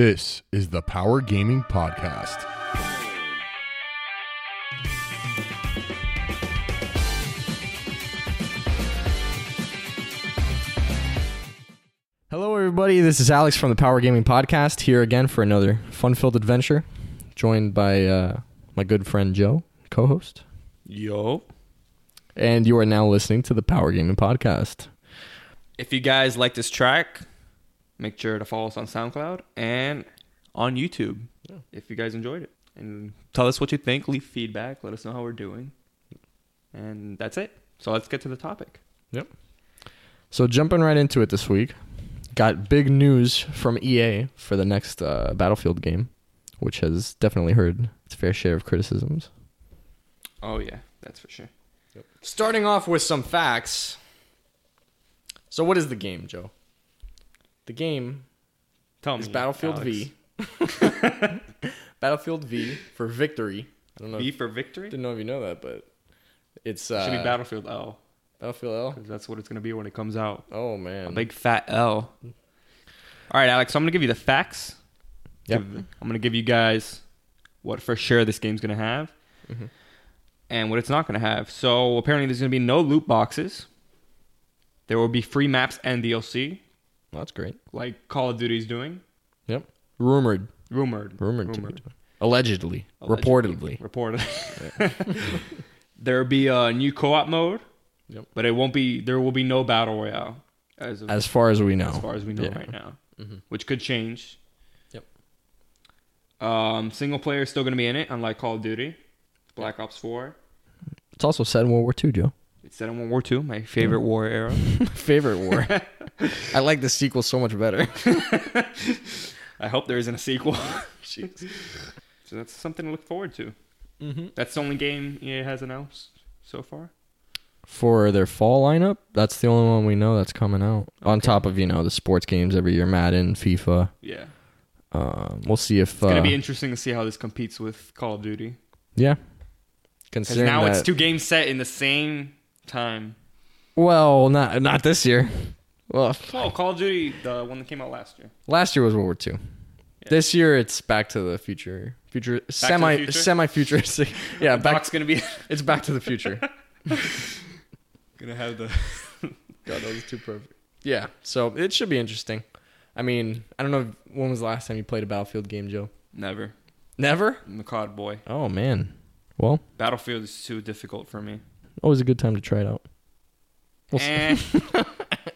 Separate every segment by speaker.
Speaker 1: This is the Power Gaming Podcast.
Speaker 2: Hello, everybody. This is Alex from the Power Gaming Podcast here again for another fun filled adventure, joined by uh, my good friend Joe, co host.
Speaker 3: Yo.
Speaker 2: And you are now listening to the Power Gaming Podcast.
Speaker 3: If you guys like this track, make sure to follow us on SoundCloud and on YouTube if you guys enjoyed it. And tell us what you think, leave feedback, let us know how we're doing. And that's it. So let's get to the topic.
Speaker 2: So, jumping right into it this week, got big news from EA for the next uh, Battlefield game, which has definitely heard its fair share of criticisms.
Speaker 3: Oh, yeah, that's for sure.
Speaker 2: Starting off with some facts. So, what is the game, Joe? The game
Speaker 3: Tell
Speaker 2: is
Speaker 3: me.
Speaker 2: Battlefield
Speaker 3: Alex.
Speaker 2: V. Battlefield V for victory. I don't know.
Speaker 3: V
Speaker 2: If,
Speaker 3: for victory?
Speaker 2: didn't know if you know that, but it's uh,
Speaker 3: Should be Battlefield L.
Speaker 2: Battlefield
Speaker 3: 'cause that's what it's going to be when it comes out.
Speaker 2: L. Oh man,
Speaker 3: Big fat L. All right, Alex, so I'm going to give you the facts.
Speaker 2: Yep.
Speaker 3: Give- I'm going to give you guys what for sure this game's going to have
Speaker 2: Mm-hmm.
Speaker 3: and what it's not going to have. So apparently, there's going to be no loot boxes. There will be free maps and DLC,
Speaker 2: Well, that's great.
Speaker 3: like Call of Duty's doing.
Speaker 2: Yep. Rumored,
Speaker 3: Rumored.
Speaker 2: rumored, to be. Allegedly.
Speaker 3: Allegedly.
Speaker 2: reportedly.
Speaker 3: Reported. There'll be a new co op mode,
Speaker 2: Yep.
Speaker 3: but it won't be, there will be no battle royale as of
Speaker 2: As far as we know.
Speaker 3: as far as we know
Speaker 2: Yeah.
Speaker 3: right now, which could change.
Speaker 2: Yep.
Speaker 3: Um, single player is still going to be in it, unlike Call of Duty, Black Ops 4.
Speaker 2: It's also said in World War II, Joe.
Speaker 3: It's set in World War II, my favorite war era.
Speaker 2: Favorite war. I like the sequel so much better.
Speaker 3: I hope there isn't a sequel. Jeez. So that's something to look forward to.
Speaker 2: Mm-hmm.
Speaker 3: That's the only game EA has announced so far.
Speaker 2: For their fall lineup, that's the only one we know that's coming out. On top of you know the sports games every year, Madden, FIFA.
Speaker 3: Yeah.
Speaker 2: Um, we'll see if
Speaker 3: It's going
Speaker 2: uh,
Speaker 3: to be interesting to see how this competes with Call of Duty.
Speaker 2: Yeah.
Speaker 3: Because
Speaker 2: Considering
Speaker 3: now
Speaker 2: that,
Speaker 3: it's two games set in the same time.
Speaker 2: well, not not this year. Well,
Speaker 3: Oh, Call of Duty, the one that came out last year.
Speaker 2: last year was World War II. This year it's Back to the Future, future semi
Speaker 3: Future?
Speaker 2: semi futuristic. yeah,
Speaker 3: The
Speaker 2: back
Speaker 3: Doc's going to be
Speaker 2: it's Back to the Future.
Speaker 3: going to have the
Speaker 2: God, that was too perfect. Yeah, so it should be interesting. I mean, I don't know if- when was the last time you played a Battlefield game, Joe.
Speaker 3: never.
Speaker 2: Never.
Speaker 3: I'm a COD boy.
Speaker 2: Oh man. Well,
Speaker 3: Battlefield is too difficult for me.
Speaker 2: always a good time to try it out. We'll see. Eh.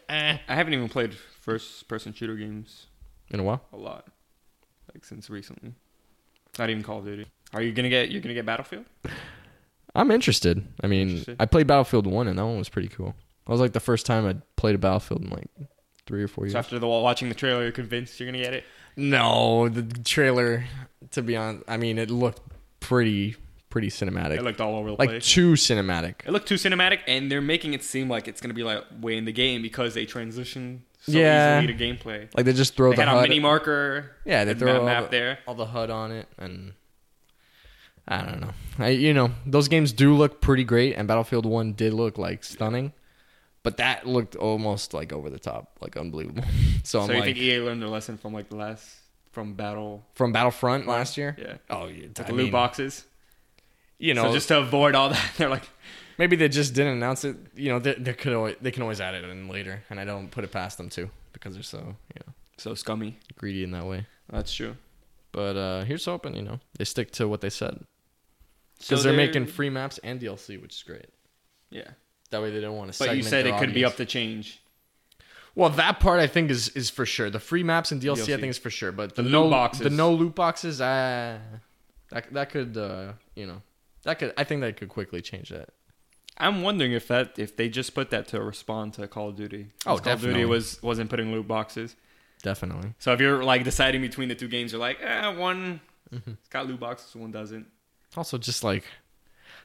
Speaker 3: Eh. I haven't even played first person shooter games
Speaker 2: In a while.
Speaker 3: a lot. Like since recently. Not even Call of Duty. Are you gonna get you're gonna get Battlefield?
Speaker 2: I'm interested. I mean,
Speaker 3: Interested.
Speaker 2: I played Battlefield One, and that one was pretty cool. That was like the first time I played a Battlefield in like three or four years.
Speaker 3: So after the watching the trailer you're convinced you're gonna get it?
Speaker 2: no, the trailer. To be honest, I mean, it looked pretty, pretty cinematic.
Speaker 3: It looked all over the
Speaker 2: like
Speaker 3: place.
Speaker 2: too cinematic.
Speaker 3: It looked too cinematic and they're making it seem like it's gonna be like way in the game because they transition so
Speaker 2: Yeah.
Speaker 3: easily to gameplay.
Speaker 2: Like they just throw
Speaker 3: They
Speaker 2: the
Speaker 3: had a
Speaker 2: HUD.
Speaker 3: mini marker
Speaker 2: yeah, they
Speaker 3: and
Speaker 2: throw
Speaker 3: map,
Speaker 2: all
Speaker 3: map
Speaker 2: the,
Speaker 3: there.
Speaker 2: all the HUD on it, and I don't know. I, you know, those games do look pretty great, and Battlefield One did look like stunning, but that looked almost like over the top, like unbelievable. So, I'm
Speaker 3: So you
Speaker 2: like,
Speaker 3: think EA learned their lesson from like the last from Battle
Speaker 2: from Battlefront last year.
Speaker 3: Yeah.
Speaker 2: Oh, yeah.
Speaker 3: Like
Speaker 2: I
Speaker 3: loot
Speaker 2: mean,
Speaker 3: boxes.
Speaker 2: You know,
Speaker 3: so just to avoid all that, they're like,
Speaker 2: maybe they just didn't announce it. You know, they, they could always, they can always add it in later, and I don't put it past them too because they're so you know
Speaker 3: so scummy.
Speaker 2: greedy in that way.
Speaker 3: That's true.
Speaker 2: But uh here's hoping you know they stick to what they said
Speaker 3: So
Speaker 2: because they're, making free maps and DLC, which is great.
Speaker 3: yeah.
Speaker 2: That way they don't want to.
Speaker 3: But you said it could be up to change.
Speaker 2: Well, that part I think is is for sure. The free maps and DLC, I
Speaker 3: DLC.
Speaker 2: think is for sure. But the,
Speaker 3: The
Speaker 2: no
Speaker 3: loot boxes.
Speaker 2: the no loot boxes, uh, that that could uh you know that could I think that could quickly change that.
Speaker 3: I'm wondering if that if they just put that to respond to Call of Duty. 'Cause
Speaker 2: Oh,
Speaker 3: Call of
Speaker 2: definitely.
Speaker 3: Duty was wasn't putting loot boxes.
Speaker 2: Definitely.
Speaker 3: So if you're like deciding between the two games, you're like, eh, one
Speaker 2: Mm-hmm.
Speaker 3: it's got loot boxes, one doesn't.
Speaker 2: Also, just like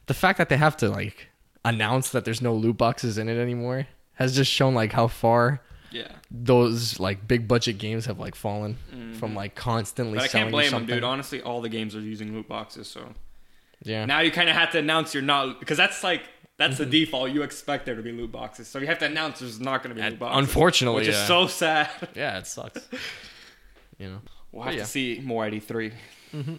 Speaker 2: the fact that they have to like announce that there's no loot boxes in it anymore has just shown like how far
Speaker 3: Yeah,
Speaker 2: those like big budget games have like fallen from like constantly
Speaker 3: Mm-hmm. but I
Speaker 2: selling
Speaker 3: can't
Speaker 2: you
Speaker 3: blame them,
Speaker 2: something.
Speaker 3: dude. Honestly, all the games are using loot boxes, so
Speaker 2: Yeah, Mm-hmm.
Speaker 3: now you kind of have to announce you're not because that's like that's the default. You expect there to be loot boxes, so you have to announce there's not going to be loot boxes,
Speaker 2: unfortunately,
Speaker 3: which
Speaker 2: yeah.
Speaker 3: is so sad.
Speaker 2: yeah, it sucks. you know,
Speaker 3: We'll
Speaker 2: But
Speaker 3: have
Speaker 2: yeah.
Speaker 3: to see more ID three.
Speaker 2: And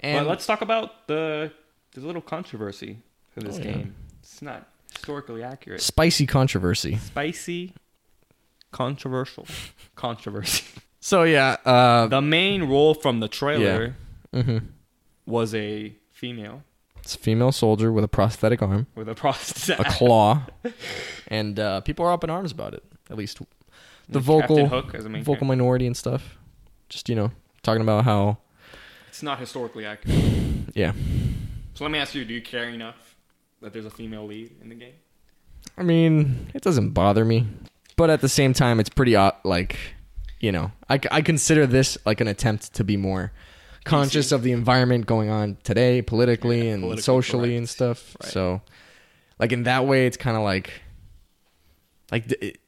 Speaker 3: but let's talk about the the little controversy of this
Speaker 2: Oh, yeah.
Speaker 3: game. It's not historically accurate.
Speaker 2: spicy controversy.
Speaker 3: Spicy, controversial, controversy.
Speaker 2: So yeah, uh,
Speaker 3: The main role from the trailer
Speaker 2: mhm.
Speaker 3: was a female
Speaker 2: it's a female soldier with a prosthetic arm,
Speaker 3: with a prosthetic.
Speaker 2: a claw, and uh, people are up in arms about it. At least the
Speaker 3: Captain
Speaker 2: vocal
Speaker 3: Hook as a main
Speaker 2: vocal
Speaker 3: character.
Speaker 2: minority and stuff. Just you know, talking about how
Speaker 3: It's not historically accurate.
Speaker 2: yeah.
Speaker 3: So let me ask you: Do you care enough that there's a female lead in the game?
Speaker 2: I mean, it doesn't bother me, but at the same time, it's pretty o- like you know, I, I consider this like an attempt to be more conscious of the environment going on today, politically
Speaker 3: Yeah,
Speaker 2: and
Speaker 3: politically
Speaker 2: socially
Speaker 3: correct.
Speaker 2: and stuff.
Speaker 3: Right.
Speaker 2: So, like in that way, it's kind of like like th- it,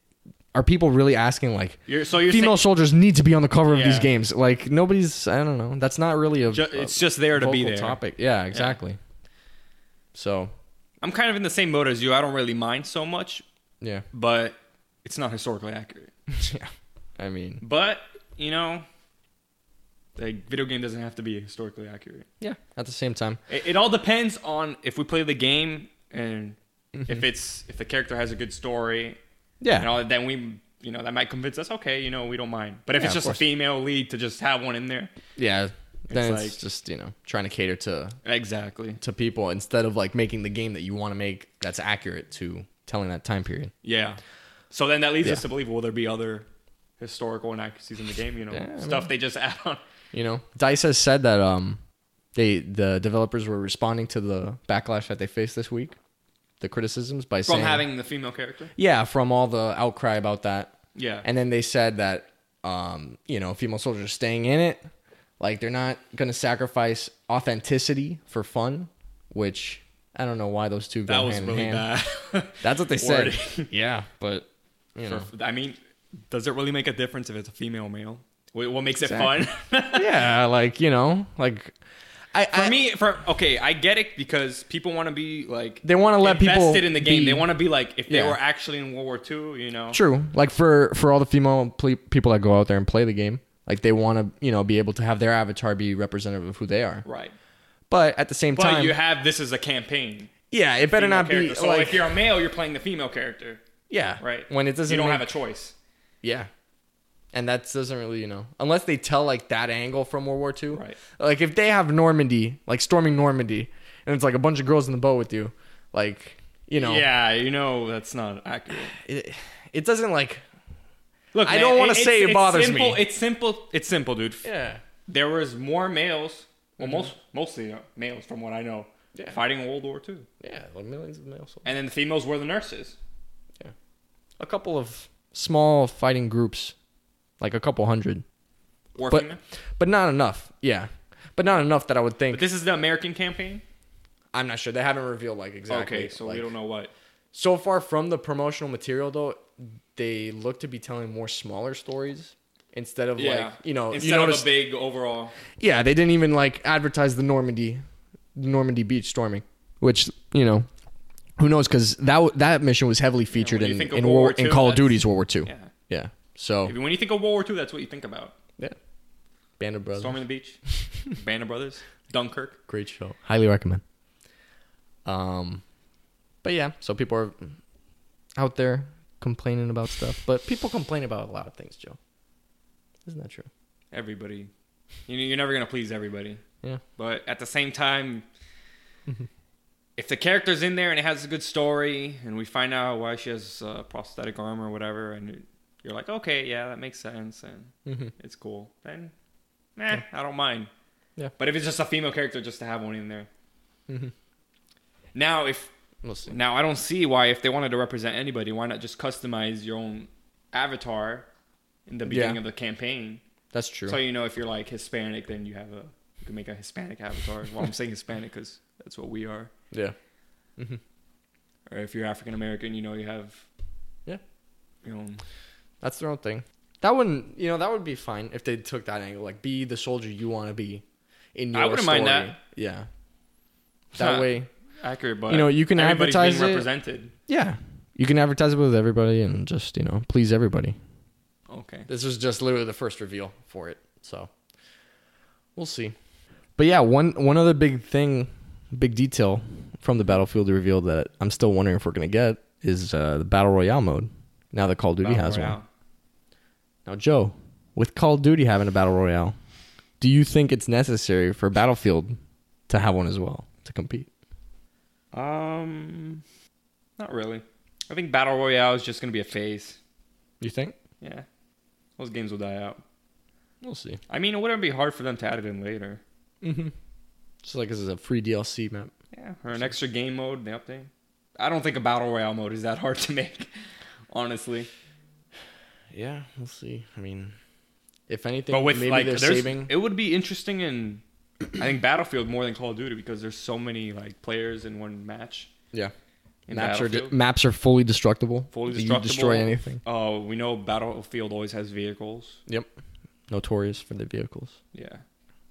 Speaker 2: are people really asking like
Speaker 3: You're so you're
Speaker 2: female
Speaker 3: saying
Speaker 2: soldiers need to be on the cover of these
Speaker 3: Yeah.
Speaker 2: games? Like nobody's, I don't know. That's not really a.
Speaker 3: ju-
Speaker 2: a
Speaker 3: it's just there to be
Speaker 2: vocal
Speaker 3: there.
Speaker 2: Topic, yeah, exactly. So
Speaker 3: I'm kind of in the same mode as you. I don't really mind so much,
Speaker 2: yeah,
Speaker 3: but it's not historically accurate.
Speaker 2: yeah. I mean,
Speaker 3: But you know, the video game doesn't have to be historically accurate.
Speaker 2: yeah. At the same time,
Speaker 3: It, it all depends on if we play the game and if it's if the character has a good story.
Speaker 2: Mm-hmm. Yeah.
Speaker 3: And all, that, then we you know that might convince us. Okay, you know we don't mind. But if
Speaker 2: Yeah,
Speaker 3: it's
Speaker 2: of
Speaker 3: just a
Speaker 2: course.
Speaker 3: female lead to just have one in there,
Speaker 2: yeah. Then
Speaker 3: It's
Speaker 2: it's,
Speaker 3: like-
Speaker 2: just you know trying to cater to
Speaker 3: exactly.
Speaker 2: to people instead of like making the game that you want to make that's accurate to telling that time period.
Speaker 3: Yeah. So then that leads
Speaker 2: Yeah.
Speaker 3: us to believe will there be other historical inaccuracies in the game? You know,
Speaker 2: Yeah, I
Speaker 3: stuff they just add on.
Speaker 2: You know, Dice has said that um they the developers were responding to the backlash that they faced this week, the criticisms by
Speaker 3: From
Speaker 2: saying
Speaker 3: having the female character?
Speaker 2: yeah from all the outcry about that,
Speaker 3: Yeah.
Speaker 2: and then they said that um you know female soldiers are staying in it, like they're not gonna sacrifice authenticity for fun, which I don't know why those two go
Speaker 3: that was
Speaker 2: hand
Speaker 3: really
Speaker 2: in hand.
Speaker 3: bad.
Speaker 2: That's what they said.
Speaker 3: Wording.
Speaker 2: yeah, but you know,
Speaker 3: For- I mean, does it really make a difference if it's a female or male? Wh- What makes
Speaker 2: Exactly.
Speaker 3: it fun?
Speaker 2: yeah, like you know, like I,
Speaker 3: for
Speaker 2: I
Speaker 3: me, for okay, I get it because people want to be like
Speaker 2: They wanna let people
Speaker 3: invested in the game.
Speaker 2: be-
Speaker 3: they want to be like if they
Speaker 2: Yeah.
Speaker 3: were actually in World War II, you know.
Speaker 2: true. Like for for all the female ple- people that go out there and play the game, like they want to you know be able to have their avatar be representative of who they are.
Speaker 3: Right.
Speaker 2: But at the same
Speaker 3: But
Speaker 2: time,
Speaker 3: you have this as a campaign.
Speaker 2: yeah, it better
Speaker 3: female
Speaker 2: not be
Speaker 3: character. so
Speaker 2: like
Speaker 3: if you're a male, you're playing the female character,
Speaker 2: yeah,
Speaker 3: right?
Speaker 2: When it doesn't,
Speaker 3: you don't
Speaker 2: make-
Speaker 3: have a choice.
Speaker 2: Yeah. And that doesn't really, you know, unless they tell like that angle from World War II.
Speaker 3: Right.
Speaker 2: Like if they have Normandy, like storming Normandy, and it's like a bunch of girls in the boat with you, like, you know,
Speaker 3: Yeah, you know that's not accurate.
Speaker 2: it, it doesn't like,
Speaker 3: Look,
Speaker 2: I don't wanna
Speaker 3: it's-
Speaker 2: say it
Speaker 3: it's
Speaker 2: bothers
Speaker 3: simple-
Speaker 2: me.
Speaker 3: It's simple. It's simple, dude.
Speaker 2: yeah.
Speaker 3: There was more males. Well, most mostly uh, males, from what I know,
Speaker 2: Mm-hmm. Yeah.
Speaker 3: fighting World War II,
Speaker 2: Yeah, like millions of males.
Speaker 3: and then the females were the nurses.
Speaker 2: A couple of small fighting groups, like a couple hundred,
Speaker 3: War
Speaker 2: but
Speaker 3: female.
Speaker 2: but not enough. Yeah, but not enough that I would think.
Speaker 3: But this is the American campaign.
Speaker 2: I'm not sure. They haven't revealed like exactly.
Speaker 3: Okay, so we
Speaker 2: like-
Speaker 3: don't know what.
Speaker 2: So far from the promotional material, though, they look to be telling more smaller stories instead of like you know
Speaker 3: instead
Speaker 2: you
Speaker 3: of
Speaker 2: notice
Speaker 3: a big overall.
Speaker 2: yeah they didn't even like advertise the Normandy Normandy beach storming, which you know who knows because that w- that mission was heavily featured
Speaker 3: you
Speaker 2: in
Speaker 3: think of
Speaker 2: in,
Speaker 3: World
Speaker 2: War,
Speaker 3: War
Speaker 2: in
Speaker 3: II,
Speaker 2: Call of
Speaker 3: that's-
Speaker 2: Duty's World War Two.
Speaker 3: Yeah.
Speaker 2: Yeah. So
Speaker 3: If- When you think of World War II, that's what you think about.
Speaker 2: yeah, Band of Brothers,
Speaker 3: Storming the beach, Band of Brothers, Dunkirk.
Speaker 2: great show. Highly recommend. Um, but yeah, so people are out there complaining about stuff, but people complain about a lot of things, Joe. Isn't that true?
Speaker 3: Everybody. You know, you're never gonna please everybody.
Speaker 2: Yeah.
Speaker 3: But at the same time, if the character's in there and it has a good story, and we find out why she has uh, prosthetic arm or whatever, and it- you're like, okay, yeah, that makes sense, and it's cool, then, eh, I don't mind.
Speaker 2: Yeah.
Speaker 3: But if it's just a female character, just to have one in there. Now, if
Speaker 2: We'll see.
Speaker 3: now I don't see why if they wanted to represent anybody, why not just customize your own avatar in the beginning of the campaign?
Speaker 2: That's true.
Speaker 3: So you know, if you're like Hispanic, then you have a you can make a Hispanic avatar. Well, I'm saying Hispanic because that's what we are.
Speaker 2: yeah.
Speaker 3: Or if you're African American, you know, you have
Speaker 2: Yeah.
Speaker 3: you know,
Speaker 2: That's their own thing. That wouldn't, you know, that would be fine if they took that angle. Like, be the soldier you want to be in your
Speaker 3: I wouldn't mind
Speaker 2: story.
Speaker 3: that.
Speaker 2: Yeah.
Speaker 3: It's
Speaker 2: That
Speaker 3: not-
Speaker 2: way,
Speaker 3: accurate, but
Speaker 2: You know, you can
Speaker 3: everybody's
Speaker 2: advertise it.
Speaker 3: being represented.
Speaker 2: yeah. You can advertise it with everybody and just, you know, please everybody.
Speaker 3: Okay,
Speaker 2: This was just literally the first reveal for it. So We'll see. But yeah, one one other big thing, big detail from the Battlefield reveal that I'm still wondering if we're gonna get is uh, the Battle Royale mode. Now that Call of Duty
Speaker 3: Battle
Speaker 2: has one.
Speaker 3: Royale.
Speaker 2: Now, Joe, with Call of Duty having a battle royale, do you think it's necessary for Battlefield to have one as well to compete?
Speaker 3: Um, not really. I think battle royale is just gonna be a phase.
Speaker 2: You think?
Speaker 3: Yeah, those games will die out.
Speaker 2: We'll see.
Speaker 3: I mean, it wouldn't be hard for them to add it in later.
Speaker 2: Mm-hmm. Just like this is a free DLC map.
Speaker 3: Yeah, or an extra game mode in the update. I don't think a battle royale mode is that hard to make, honestly.
Speaker 2: Yeah, we'll see. I mean, if anything,
Speaker 3: But with
Speaker 2: maybe
Speaker 3: like,
Speaker 2: they're
Speaker 3: there's-
Speaker 2: saving.
Speaker 3: it would be interesting in, I think Battlefield more than Call of Duty because there's so many like players in one match.
Speaker 2: yeah,
Speaker 3: In
Speaker 2: maps are
Speaker 3: Battlefield.
Speaker 2: maps are fully destructible.
Speaker 3: Fully
Speaker 2: You destroy
Speaker 3: destructible.
Speaker 2: anything.
Speaker 3: Oh, we know Battlefield always has vehicles.
Speaker 2: Yep. Notorious for the vehicles.
Speaker 3: Yeah,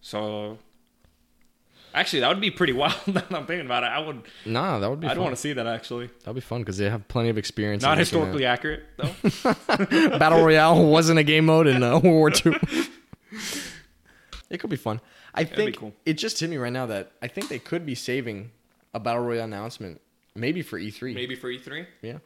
Speaker 3: so actually that would be pretty wild. Now that I'm thinking about it, I would.
Speaker 2: Nah, that would be.
Speaker 3: I'd
Speaker 2: fun.
Speaker 3: want to see that actually.
Speaker 2: That'd be fun because they have plenty of experience. in
Speaker 3: Not
Speaker 2: making that.
Speaker 3: historically accurate though.
Speaker 2: Battle Royale wasn't a game mode in uh, World War II. It could be fun. I
Speaker 3: be
Speaker 2: think
Speaker 3: cool.
Speaker 2: it just hit me right now that I think they could be saving a Battle Royale announcement maybe for E3.
Speaker 3: Maybe for E E3.
Speaker 2: Yeah.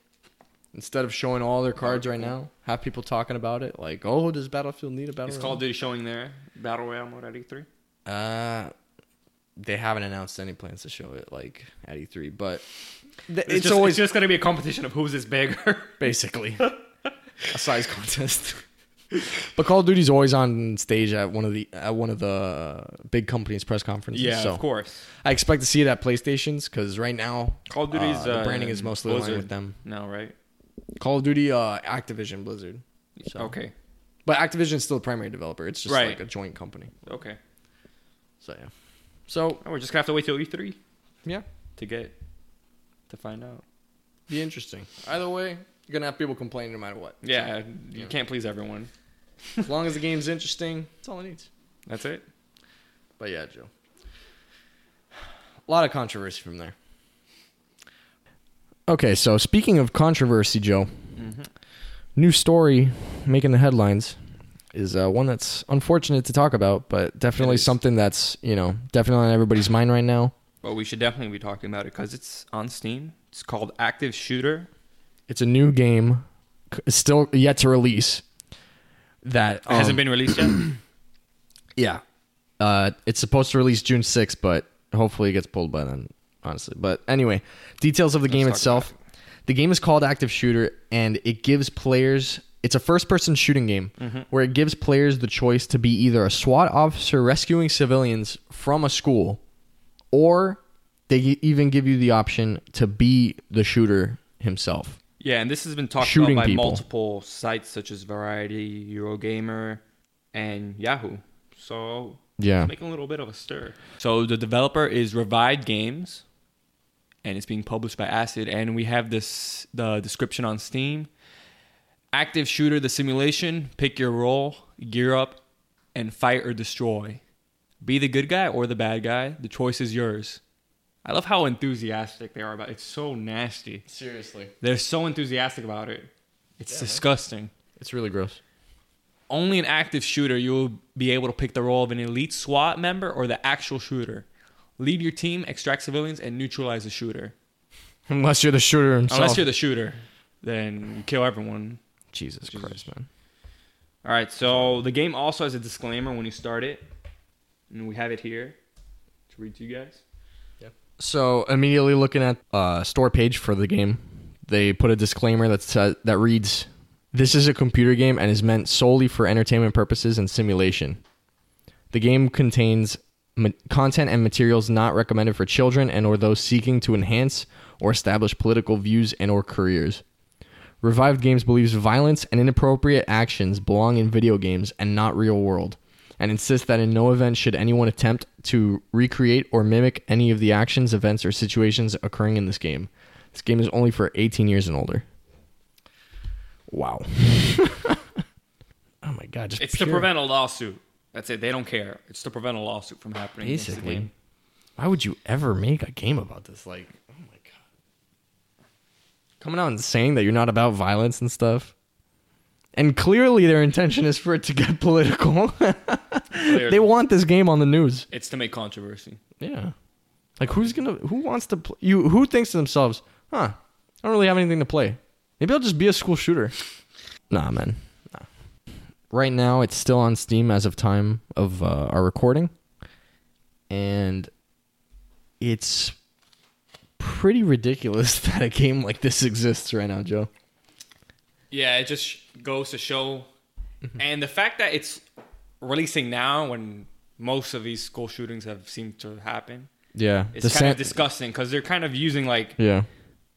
Speaker 2: Instead of showing all their cards right now, have people talking about it like, "Oh, does Battlefield need a Battle
Speaker 3: Is Call
Speaker 2: Royale?"
Speaker 3: of Duty showing their battle royale mode at E E3?
Speaker 2: uh they haven't announced any plans to show it like at E3, but th- it's,
Speaker 3: It's, just,
Speaker 2: always
Speaker 3: always just gonna be a competition of who's this bigger.
Speaker 2: basically a size contest. but Call of Duty's always on stage at one of the at one of the big companies press conferences.
Speaker 3: yeah,
Speaker 2: so
Speaker 3: of course.
Speaker 2: I expect to see it at PlayStation's because right now
Speaker 3: Call of Duty's
Speaker 2: the
Speaker 3: uh,
Speaker 2: branding is mostly aligned
Speaker 3: Blizzard.
Speaker 2: with them.
Speaker 3: No, right?
Speaker 2: Call of Duty, uh, Activision, Blizzard. So.
Speaker 3: Okay,
Speaker 2: but Activision's still the primary developer. It's just
Speaker 3: Right.
Speaker 2: like a joint company.
Speaker 3: okay.
Speaker 2: So yeah. So
Speaker 3: Oh, we're just gonna have to wait till E3
Speaker 2: yeah,
Speaker 3: to get to find out.
Speaker 2: be interesting. Either way, you're gonna have people complaining no matter what.
Speaker 3: Yeah, you can't please everyone.
Speaker 2: as long as the game's interesting, that's all it needs.
Speaker 3: That's it.
Speaker 2: But yeah, Joe. A lot of controversy from there. Okay, so speaking of controversy, Joe, Mm-hmm. new story making the headlines is uh, one that's unfortunate to talk about, but definitely
Speaker 3: is.
Speaker 2: something that's you know definitely on everybody's mind right now.
Speaker 3: Well, we should definitely be talking about it because it's on Steam. It's called Active Shooter.
Speaker 2: It's a new game, c- still yet to release. That
Speaker 3: It hasn't
Speaker 2: um,
Speaker 3: been released yet.
Speaker 2: Yeah. Uh, it's supposed to release June 6th, but hopefully it gets pulled by then, honestly. But anyway, details of the game
Speaker 3: talk
Speaker 2: itself. The game is called Active Shooter, and it gives players. It's a first person shooting game
Speaker 3: Mm-hmm.
Speaker 2: where it gives players the choice to be either a SWAT officer rescuing civilians from a school, or they e-, even give you the option to be the shooter himself.
Speaker 3: yeah, and this has been talked
Speaker 2: Shooting
Speaker 3: about by
Speaker 2: people.
Speaker 3: multiple sites such as Variety, Eurogamer, and Yahoo. So
Speaker 2: Yeah.
Speaker 3: making a little bit of a stir. So the developer is Revived Games, and it's being published by Acid. And we have this the description on Steam. Active shooter, the simulation. Pick your role, gear up, and fight or destroy. Be the good guy or the bad guy. The choice is yours. I love how enthusiastic they are about it. It's so nasty.
Speaker 2: Seriously.
Speaker 3: They're so enthusiastic about it. It's disgusting
Speaker 2: It's really gross.
Speaker 3: only an active shooter you will be able to pick the role of an elite SWAT member or the actual shooter. Lead your team, extract civilians, and neutralize the shooter.
Speaker 2: Unless you're the shooter himself.
Speaker 3: Unless you're the shooter, then you kill everyone.
Speaker 2: Jesus Christ, man.
Speaker 3: All right, so the game also has a disclaimer when you start it, and we have it here to read to you guys.
Speaker 2: So immediately looking at uh, store page for the game, they put a disclaimer that says, that reads, "This is a computer game and is meant solely for entertainment purposes and simulation. The game contains ma- content and materials not recommended for children and or those seeking to enhance or establish political views and or careers." Revived Games believes violence and inappropriate actions belong in video games and not real world, and insists that in no event should anyone attempt to recreate or mimic any of the actions, events, or situations occurring in this game. This game is only for 18 years and older. Wow. oh my god! Just
Speaker 3: It's to
Speaker 2: pure-
Speaker 3: prevent a lawsuit. That's it. They don't care. It's to prevent a lawsuit from happening. against the
Speaker 2: Basically.
Speaker 3: game.
Speaker 2: Why would you ever make a game about this? Like, oh my god. Coming out and saying that you're not about violence and stuff. And clearly their intention is for it to get political. They want this game on the news.
Speaker 3: it's to make controversy.
Speaker 2: Yeah. Like who's gonna who wants to play you who thinks to themselves, huh, I don't really have anything to play. Maybe I'll just be a school shooter. Nah man. Nah. Right now it's still on Steam as of time of uh, our recording. And it's pretty ridiculous that a game like this exists right now, Joe.
Speaker 3: Yeah, it just sh- goes to show,
Speaker 2: Mm-hmm.
Speaker 3: and the fact that it's releasing now when most of these school shootings have seemed to happen,
Speaker 2: Yeah.
Speaker 3: it's kind of disgusting because they're kind of using like
Speaker 2: yeah.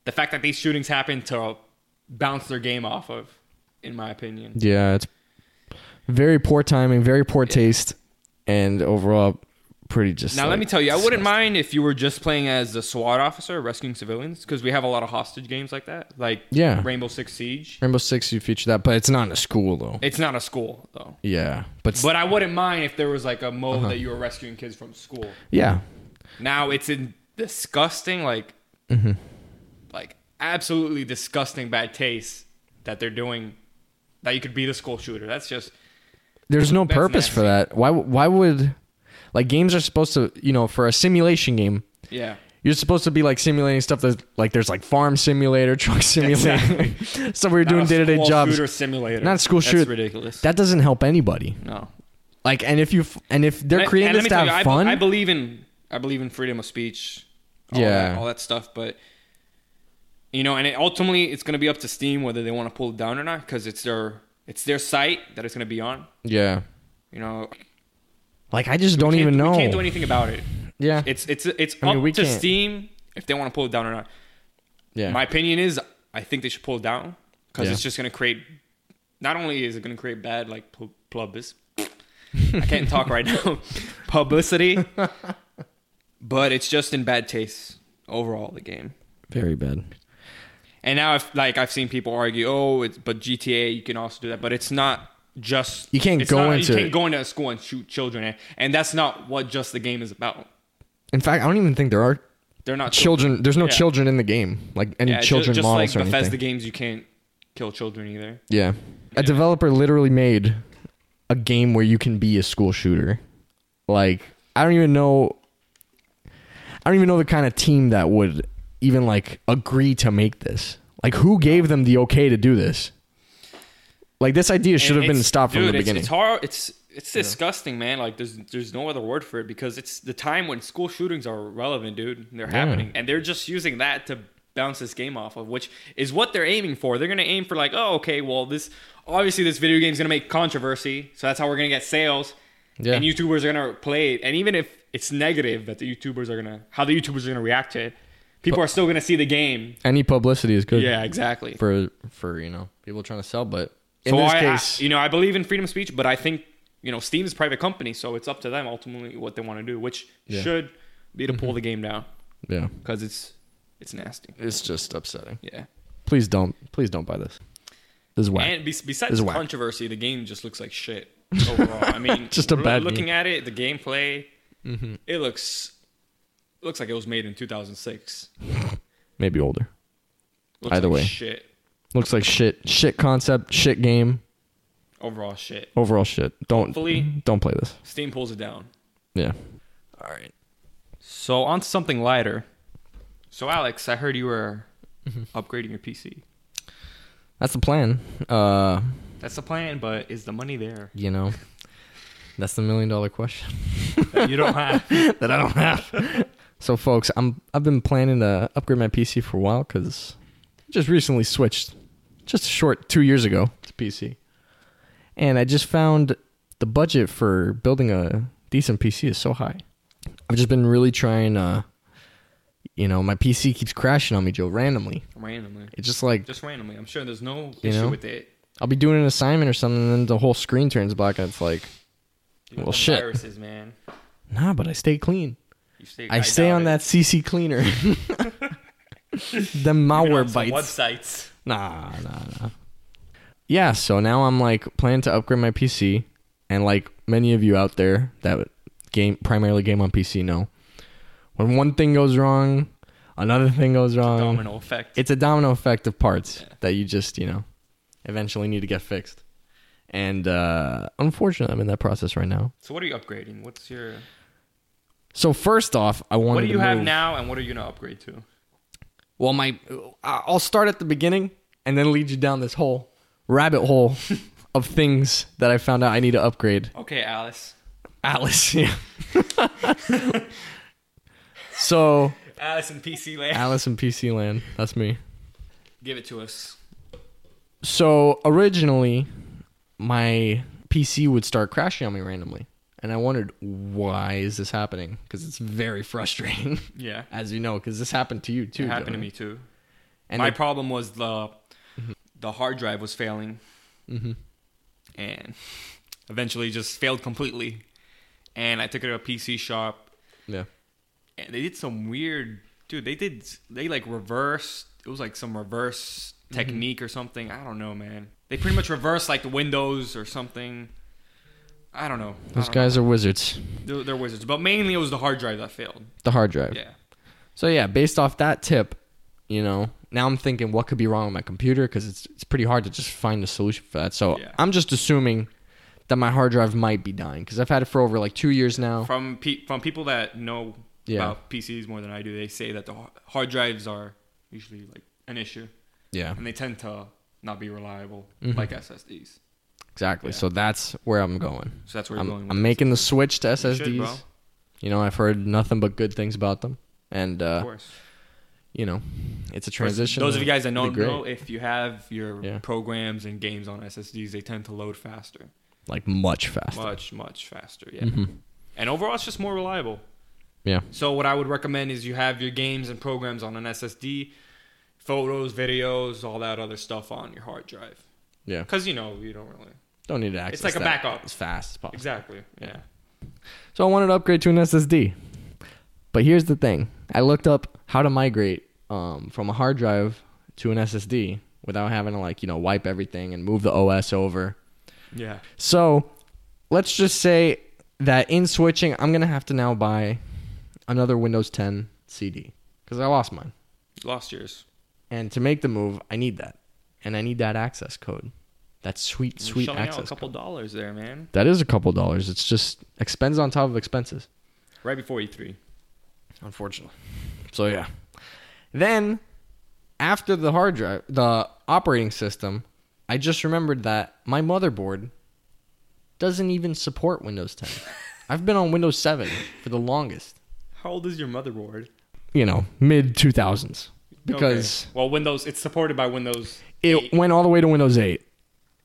Speaker 3: the fact that these shootings happen to bounce their game off of, in my opinion.
Speaker 2: Yeah, it's very poor timing, very poor taste, and overall pretty just.
Speaker 3: Now, let me tell you, I wouldn't mind if you were just playing as the SWAT officer rescuing civilians because we have a lot of hostage games like that, like
Speaker 2: Yeah.
Speaker 3: Rainbow Six Siege.
Speaker 2: Rainbow Six, you feature that, but it's not in a school though.
Speaker 3: It's not a school though,
Speaker 2: Yeah, but,
Speaker 3: but I wouldn't mind if there was like a mode
Speaker 2: Uh-huh.
Speaker 3: that you were rescuing kids from school.
Speaker 2: yeah,
Speaker 3: Now it's in disgusting, like,
Speaker 2: Mm-hmm.
Speaker 3: like absolutely disgusting bad taste that they're doing. That you could be the school shooter. That's just
Speaker 2: there's no
Speaker 3: That's
Speaker 2: purpose for that. Why? w- Why would like games are supposed to you know for a simulation game.
Speaker 3: yeah.
Speaker 2: You're supposed to be like simulating stuff that like there's like farm simulator, truck simulator, stuff where you're doing
Speaker 3: Not a
Speaker 2: day to day
Speaker 3: school
Speaker 2: jobs.
Speaker 3: Shooter simulator.
Speaker 2: Not school
Speaker 3: That's
Speaker 2: shoot-
Speaker 3: ridiculous.
Speaker 2: That doesn't help anybody.
Speaker 3: no.
Speaker 2: Like, and if you f- and if they're
Speaker 3: And-
Speaker 2: creating
Speaker 3: and let
Speaker 2: this
Speaker 3: me
Speaker 2: to
Speaker 3: tell
Speaker 2: have
Speaker 3: you, I be-
Speaker 2: fun,
Speaker 3: I believe in I believe in freedom of speech. All
Speaker 2: Yeah.
Speaker 3: that, all that stuff. But you know, and it, ultimately, it's going to be up to Steam whether they want to pull it down or not because it's their it's their site that it's going to be on.
Speaker 2: yeah.
Speaker 3: You know,
Speaker 2: Like, I just don't even
Speaker 3: Can't-
Speaker 2: know.
Speaker 3: We can't do anything about it.
Speaker 2: Yeah.
Speaker 3: It's it's it's
Speaker 2: I mean,
Speaker 3: up
Speaker 2: we
Speaker 3: to
Speaker 2: can't-
Speaker 3: Steam if they want to pull it down or not.
Speaker 2: yeah.
Speaker 3: My opinion is I think they should pull it down because
Speaker 2: Yeah.
Speaker 3: it's just going to create. Not only is it going to create bad like pu- publis, I can't talk right now, publicity, but it's just in bad taste overall the game.
Speaker 2: Very bad.
Speaker 3: And now if like I've seen people argue, oh, it's but GTA you can also do that, but it's not just
Speaker 2: You can't
Speaker 3: it's
Speaker 2: go
Speaker 3: not-
Speaker 2: into
Speaker 3: you can't
Speaker 2: it.
Speaker 3: go into a school and shoot children, and, and that's not what just the game is about.
Speaker 2: In fact, I don't even think there are
Speaker 3: They're not
Speaker 2: children. There's no
Speaker 3: Yeah.
Speaker 2: children in the game, like any
Speaker 3: Yeah, ju-
Speaker 2: children
Speaker 3: just,
Speaker 2: models
Speaker 3: like
Speaker 2: or
Speaker 3: Bethesda
Speaker 2: anything.
Speaker 3: games, you can't kill children either.
Speaker 2: yeah. a developer literally made a game where you can be a school shooter. Like, I don't even know. I don't even know the kind of team that would even like agree to make this. Like, who gave them the okay to do this? Like, this idea should have
Speaker 3: And
Speaker 2: been
Speaker 3: it's-
Speaker 2: stopped from
Speaker 3: dude,
Speaker 2: the
Speaker 3: it's-
Speaker 2: beginning.
Speaker 3: It's hard. It's it's disgusting, man. Like there's there's no other word for it because it's the time when school shootings are relevant, dude. They're happening, and they're just using that to bounce this game off of, which is what they're aiming for. They're gonna aim for like, oh, okay, well, this obviously this video game's gonna make controversy, so that's how we're gonna get sales.
Speaker 2: Yeah.
Speaker 3: And YouTubers are gonna play it, and even if it's negative that the YouTubers are gonna how the YouTubers are gonna react to it, people are still gonna see the game.
Speaker 2: Any publicity is good.
Speaker 3: Yeah, exactly.
Speaker 2: For for you know people trying to sell, but in
Speaker 3: so
Speaker 2: this
Speaker 3: I, I-
Speaker 2: case,
Speaker 3: you know, I believe in freedom of speech, but I think you know, Steam's a private company, so it's up to them ultimately what they want to do, which
Speaker 2: Yeah. Mm-hmm.
Speaker 3: should be to pull the game down
Speaker 2: yeah,
Speaker 3: because it's it's nasty.
Speaker 2: it's just upsetting.
Speaker 3: Yeah,
Speaker 2: Please don't. Please don't buy this. This is whack.
Speaker 3: and bes besides
Speaker 2: This is
Speaker 3: the
Speaker 2: whack.
Speaker 3: controversy, the game just looks like shit overall. I mean,
Speaker 2: Just a
Speaker 3: really
Speaker 2: bad
Speaker 3: looking
Speaker 2: game. Mm-hmm.
Speaker 3: at it, the gameplay, it looks looks like it was made in 2006.
Speaker 2: Maybe older.
Speaker 3: Looks
Speaker 2: Either
Speaker 3: like
Speaker 2: way.
Speaker 3: shit
Speaker 2: Looks like shit. Shit concept. Shit game.
Speaker 3: overall shit.
Speaker 2: Overall shit. Don't
Speaker 3: Hopefully-
Speaker 2: don't play this.
Speaker 3: Steam pulls it down.
Speaker 2: Yeah.
Speaker 3: All right. So on to something lighter. So Alex, I heard you were upgrading your PC.
Speaker 2: That's the plan. Uh,
Speaker 3: That's the plan, but is the money there?
Speaker 2: you know, that's the million dollar question.
Speaker 3: That you don't have.
Speaker 2: that I don't have. so, folks, I'm I've been planning to upgrade my PC for a while because just recently switched, just a short two years ago to PC, and I just found the budget for building a decent PC is so high. I've just been really trying. Uh, you know, my PC keeps crashing on me, Joe, randomly.
Speaker 3: randomly.
Speaker 2: It's just like
Speaker 3: Just randomly. I'm sure there's no
Speaker 2: You
Speaker 3: issue
Speaker 2: know?
Speaker 3: with it.
Speaker 2: I'll be doing an assignment or something, and then the whole screen turns black, and it's like,
Speaker 3: You know,
Speaker 2: Well,
Speaker 3: the
Speaker 2: shit.
Speaker 3: Viruses, man.
Speaker 2: nah, but I stay clean.
Speaker 3: You stay,
Speaker 2: I, stay
Speaker 3: doubt
Speaker 2: on
Speaker 3: it.
Speaker 2: that CC cleaner. the
Speaker 3: Even
Speaker 2: malware
Speaker 3: on some
Speaker 2: bites.
Speaker 3: Websites.
Speaker 2: Nah, nah, nah. Yeah, so now I'm like planning to upgrade my PC, and like many of you out there that game primarily game on PC know, when one thing goes wrong, another thing goes wrong.
Speaker 3: Domino effect.
Speaker 2: It's a domino effect of parts that you just you know eventually need to get fixed. And uh, unfortunately, I'm in that process right now.
Speaker 3: So what are you upgrading? What's your
Speaker 2: So first off, I wanted
Speaker 3: what do you
Speaker 2: to
Speaker 3: have
Speaker 2: move-
Speaker 3: now, and what are you gonna upgrade to?
Speaker 2: Well, my I- I'll start at the beginning and then lead you down this whole rabbit hole of things that I found out I need to upgrade.
Speaker 3: Okay, Alice.
Speaker 2: Alice, yeah. so
Speaker 3: Alice in PC land.
Speaker 2: Alice in PC Land, that's me.
Speaker 3: Give it to us.
Speaker 2: So originally, my PC would start crashing on me randomly, and I wondered why is this happening? Because it's very frustrating,
Speaker 3: Yeah,
Speaker 2: as you know. Because this happened to you too.
Speaker 3: it happened to
Speaker 2: Jonah.
Speaker 3: me too.
Speaker 2: And
Speaker 3: My
Speaker 2: it- Mm-hmm.
Speaker 3: problem was the the hard drive was failing, mm-hmm. and eventually just failed completely. And I took it to a PC shop,
Speaker 2: yeah.
Speaker 3: and they did some weird dude. They did they like reverse. It was like some reverse
Speaker 2: Mm-hmm.
Speaker 3: technique or something. I don't know, man. They pretty much reversed like the Windows or something. I don't know. I
Speaker 2: Those
Speaker 3: don't know.
Speaker 2: guys are wizards.
Speaker 3: They're, they're wizards, but mainly it was the hard drive that failed.
Speaker 2: The hard drive.
Speaker 3: Yeah.
Speaker 2: So yeah, based off that tip, you know, now I'm thinking what could be wrong with my computer because it's it's pretty hard to just find a solution for that. So
Speaker 3: Yeah.
Speaker 2: I'm just assuming that my hard drive might be dying because I've had it for over like two years now.
Speaker 3: from pe- from people that know
Speaker 2: Yeah.
Speaker 3: about PCs more than I do, they say that the har- hard drives are usually like an issue,
Speaker 2: Yeah,
Speaker 3: and they tend to not be reliable
Speaker 2: Mm-hmm.
Speaker 3: like SSDs.
Speaker 2: exactly.
Speaker 3: Yeah.
Speaker 2: So that's where I'm going.
Speaker 3: So that's where
Speaker 2: I'm,
Speaker 3: you're going. With
Speaker 2: I'm
Speaker 3: this.
Speaker 2: making the switch to
Speaker 3: should,
Speaker 2: SSDs. You,
Speaker 3: bro.
Speaker 2: know, I've heard nothing but good things about them, and
Speaker 3: of
Speaker 2: uh,
Speaker 3: course.
Speaker 2: you know, it's a transition.
Speaker 3: Those of you guys that know,
Speaker 2: It'd be great.
Speaker 3: know if you have your
Speaker 2: Yeah.
Speaker 3: programs and games on SSDs, they tend to load faster,
Speaker 2: like much faster.
Speaker 3: much much faster. Yeah,
Speaker 2: Mhm.
Speaker 3: and overall, it's just more reliable.
Speaker 2: Yeah,
Speaker 3: So what I would recommend is you have your games and programs on an SSD, photos, videos, all that other stuff on your hard drive.
Speaker 2: yeah.
Speaker 3: Because you know you don't really
Speaker 2: Don't need to access.
Speaker 3: like a
Speaker 2: that
Speaker 3: backup.
Speaker 2: as fast as possible.
Speaker 3: exactly. Yeah.
Speaker 2: So I wanted to upgrade to an SSD. But here's the thing. I looked up how to migrate um, from a hard drive to an SSD without having to like, you know, wipe everything and move the OS over.
Speaker 3: Yeah.
Speaker 2: So let's just say that in switching, I'm going to have to now buy another Windows 10 CD because I lost mine.
Speaker 3: Lost years.
Speaker 2: And to make the move, I need that. And I need that access code. That sweet,
Speaker 3: You're
Speaker 2: sweet
Speaker 3: shelling out
Speaker 2: access
Speaker 3: a couple
Speaker 2: code.
Speaker 3: dollars there, man.
Speaker 2: That is a couple dollars. It's just expense on top of expenses.
Speaker 3: Right before E E3.
Speaker 2: unfortunately. So yeah. Then after the hard drive, the operating system, I just remembered that my motherboard doesn't even support Windows 10. I've been on Windows 7 for the longest,
Speaker 3: How old is your motherboard?
Speaker 2: you know, mid 2000s because
Speaker 3: Okay. well, Windows it's supported by Windows.
Speaker 2: it went all the way to Windows 8.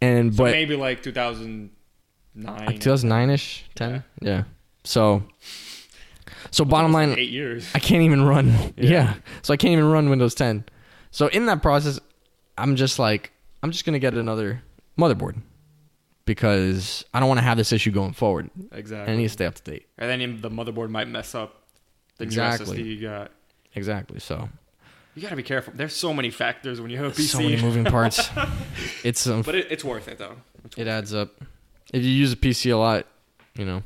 Speaker 2: And
Speaker 3: So
Speaker 2: but
Speaker 3: maybe like 2009.
Speaker 2: like 2009ish, 10. Yeah. So so bottom line
Speaker 3: eight years.
Speaker 2: I can't even run. Yeah. So I can't even run Windows 10. So in that process, I'm just like, I'm just going to get another motherboard because I don't want to have this issue going forward. And I
Speaker 3: Exactly.
Speaker 2: need to stay up to date.
Speaker 3: And then the motherboard might mess up the
Speaker 2: Exactly.
Speaker 3: new SSD you got.
Speaker 2: Exactly. So
Speaker 3: You gotta be careful. There's so many factors when you have a PC.
Speaker 2: so many moving parts. it's um,
Speaker 3: but it, it's worth it though. It's
Speaker 2: it adds up. If you use a PC a lot, you know,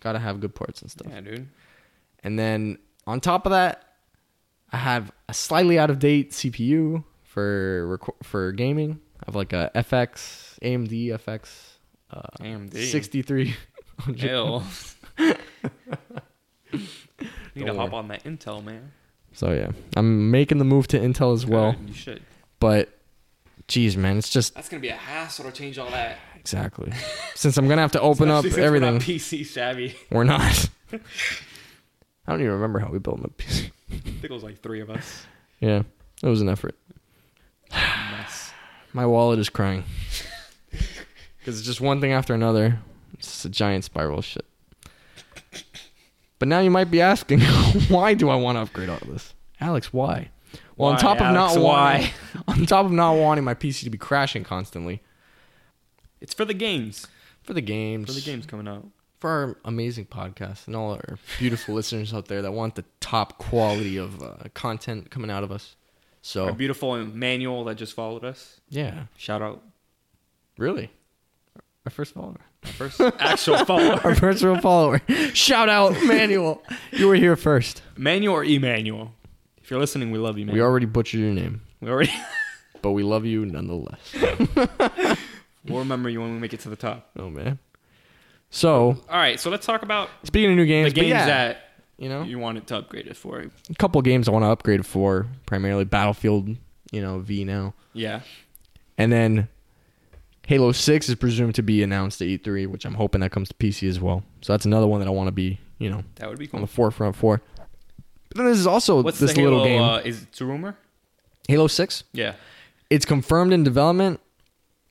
Speaker 2: got to have good parts and stuff.
Speaker 3: worth it. Yeah, dude.
Speaker 2: And then on top of that, I have a slightly out of date CPU for reco- for gaming. I have like a FX AMD FX uh,
Speaker 3: AMD.
Speaker 2: 63.
Speaker 3: Ew. Need to
Speaker 2: Don't
Speaker 3: hop
Speaker 2: worry.
Speaker 3: on that Intel, man.
Speaker 2: So yeah, I'm making the move to Intel as well.
Speaker 3: Good, you should.
Speaker 2: But geez, man, it's just
Speaker 3: That's gonna be a hassle to change all that.
Speaker 2: exactly. Since I'm gonna have to open up
Speaker 3: Especially since we're not
Speaker 2: everything,
Speaker 3: PC savvy.
Speaker 2: we're not. I don't even remember how we built my PC.
Speaker 3: I think it was like three of us.
Speaker 2: Yeah, it was an effort.
Speaker 3: Mess.
Speaker 2: My wallet is crying. Because it's just one thing after another. It's just a giant spiral of shit. But now you might be asking, why do I want to upgrade all of this? Alex, why? Well, on
Speaker 3: Why,
Speaker 2: top of
Speaker 3: Alex,
Speaker 2: not
Speaker 3: why?
Speaker 2: wanting, on top of not wanting my PC to be crashing constantly
Speaker 3: It's for the games.
Speaker 2: for the games,
Speaker 3: For the games coming out.
Speaker 2: for our amazing podcast, and all our beautiful listeners out there that want the top quality of uh, content coming out of us.
Speaker 3: Our
Speaker 2: So
Speaker 3: beautiful manual that just followed us.
Speaker 2: yeah,
Speaker 3: Shout out.
Speaker 2: really, our first follower.
Speaker 3: First actual follower.
Speaker 2: our first real follower. Shout out, Manuel. You were here first.
Speaker 3: Manual or Emmanuel? If you're listening, we love you, man.
Speaker 2: We already butchered your name,
Speaker 3: We already
Speaker 2: but we love you nonetheless.
Speaker 3: We'll remember you when we make it to the top.
Speaker 2: Oh man. So
Speaker 3: All right, so let's talk about
Speaker 2: speaking of new games,
Speaker 3: the
Speaker 2: but
Speaker 3: games
Speaker 2: yeah,
Speaker 3: that
Speaker 2: you know,
Speaker 3: you wanted to upgrade it for.
Speaker 2: a couple games I want to upgrade for primarily Battlefield, you know, V now,
Speaker 3: Yeah.
Speaker 2: and then Halo Six is presumed to be announced at E3, which I'm hoping that comes to PC as well. So that's another one that I want to be, you know,
Speaker 3: That would be
Speaker 2: on
Speaker 3: cool.
Speaker 2: the forefront for. But then this is also
Speaker 3: What's
Speaker 2: this
Speaker 3: the Halo,
Speaker 2: little game,
Speaker 3: Uh, is it a rumor?
Speaker 2: Halo Six.
Speaker 3: Yeah.
Speaker 2: It's confirmed in development,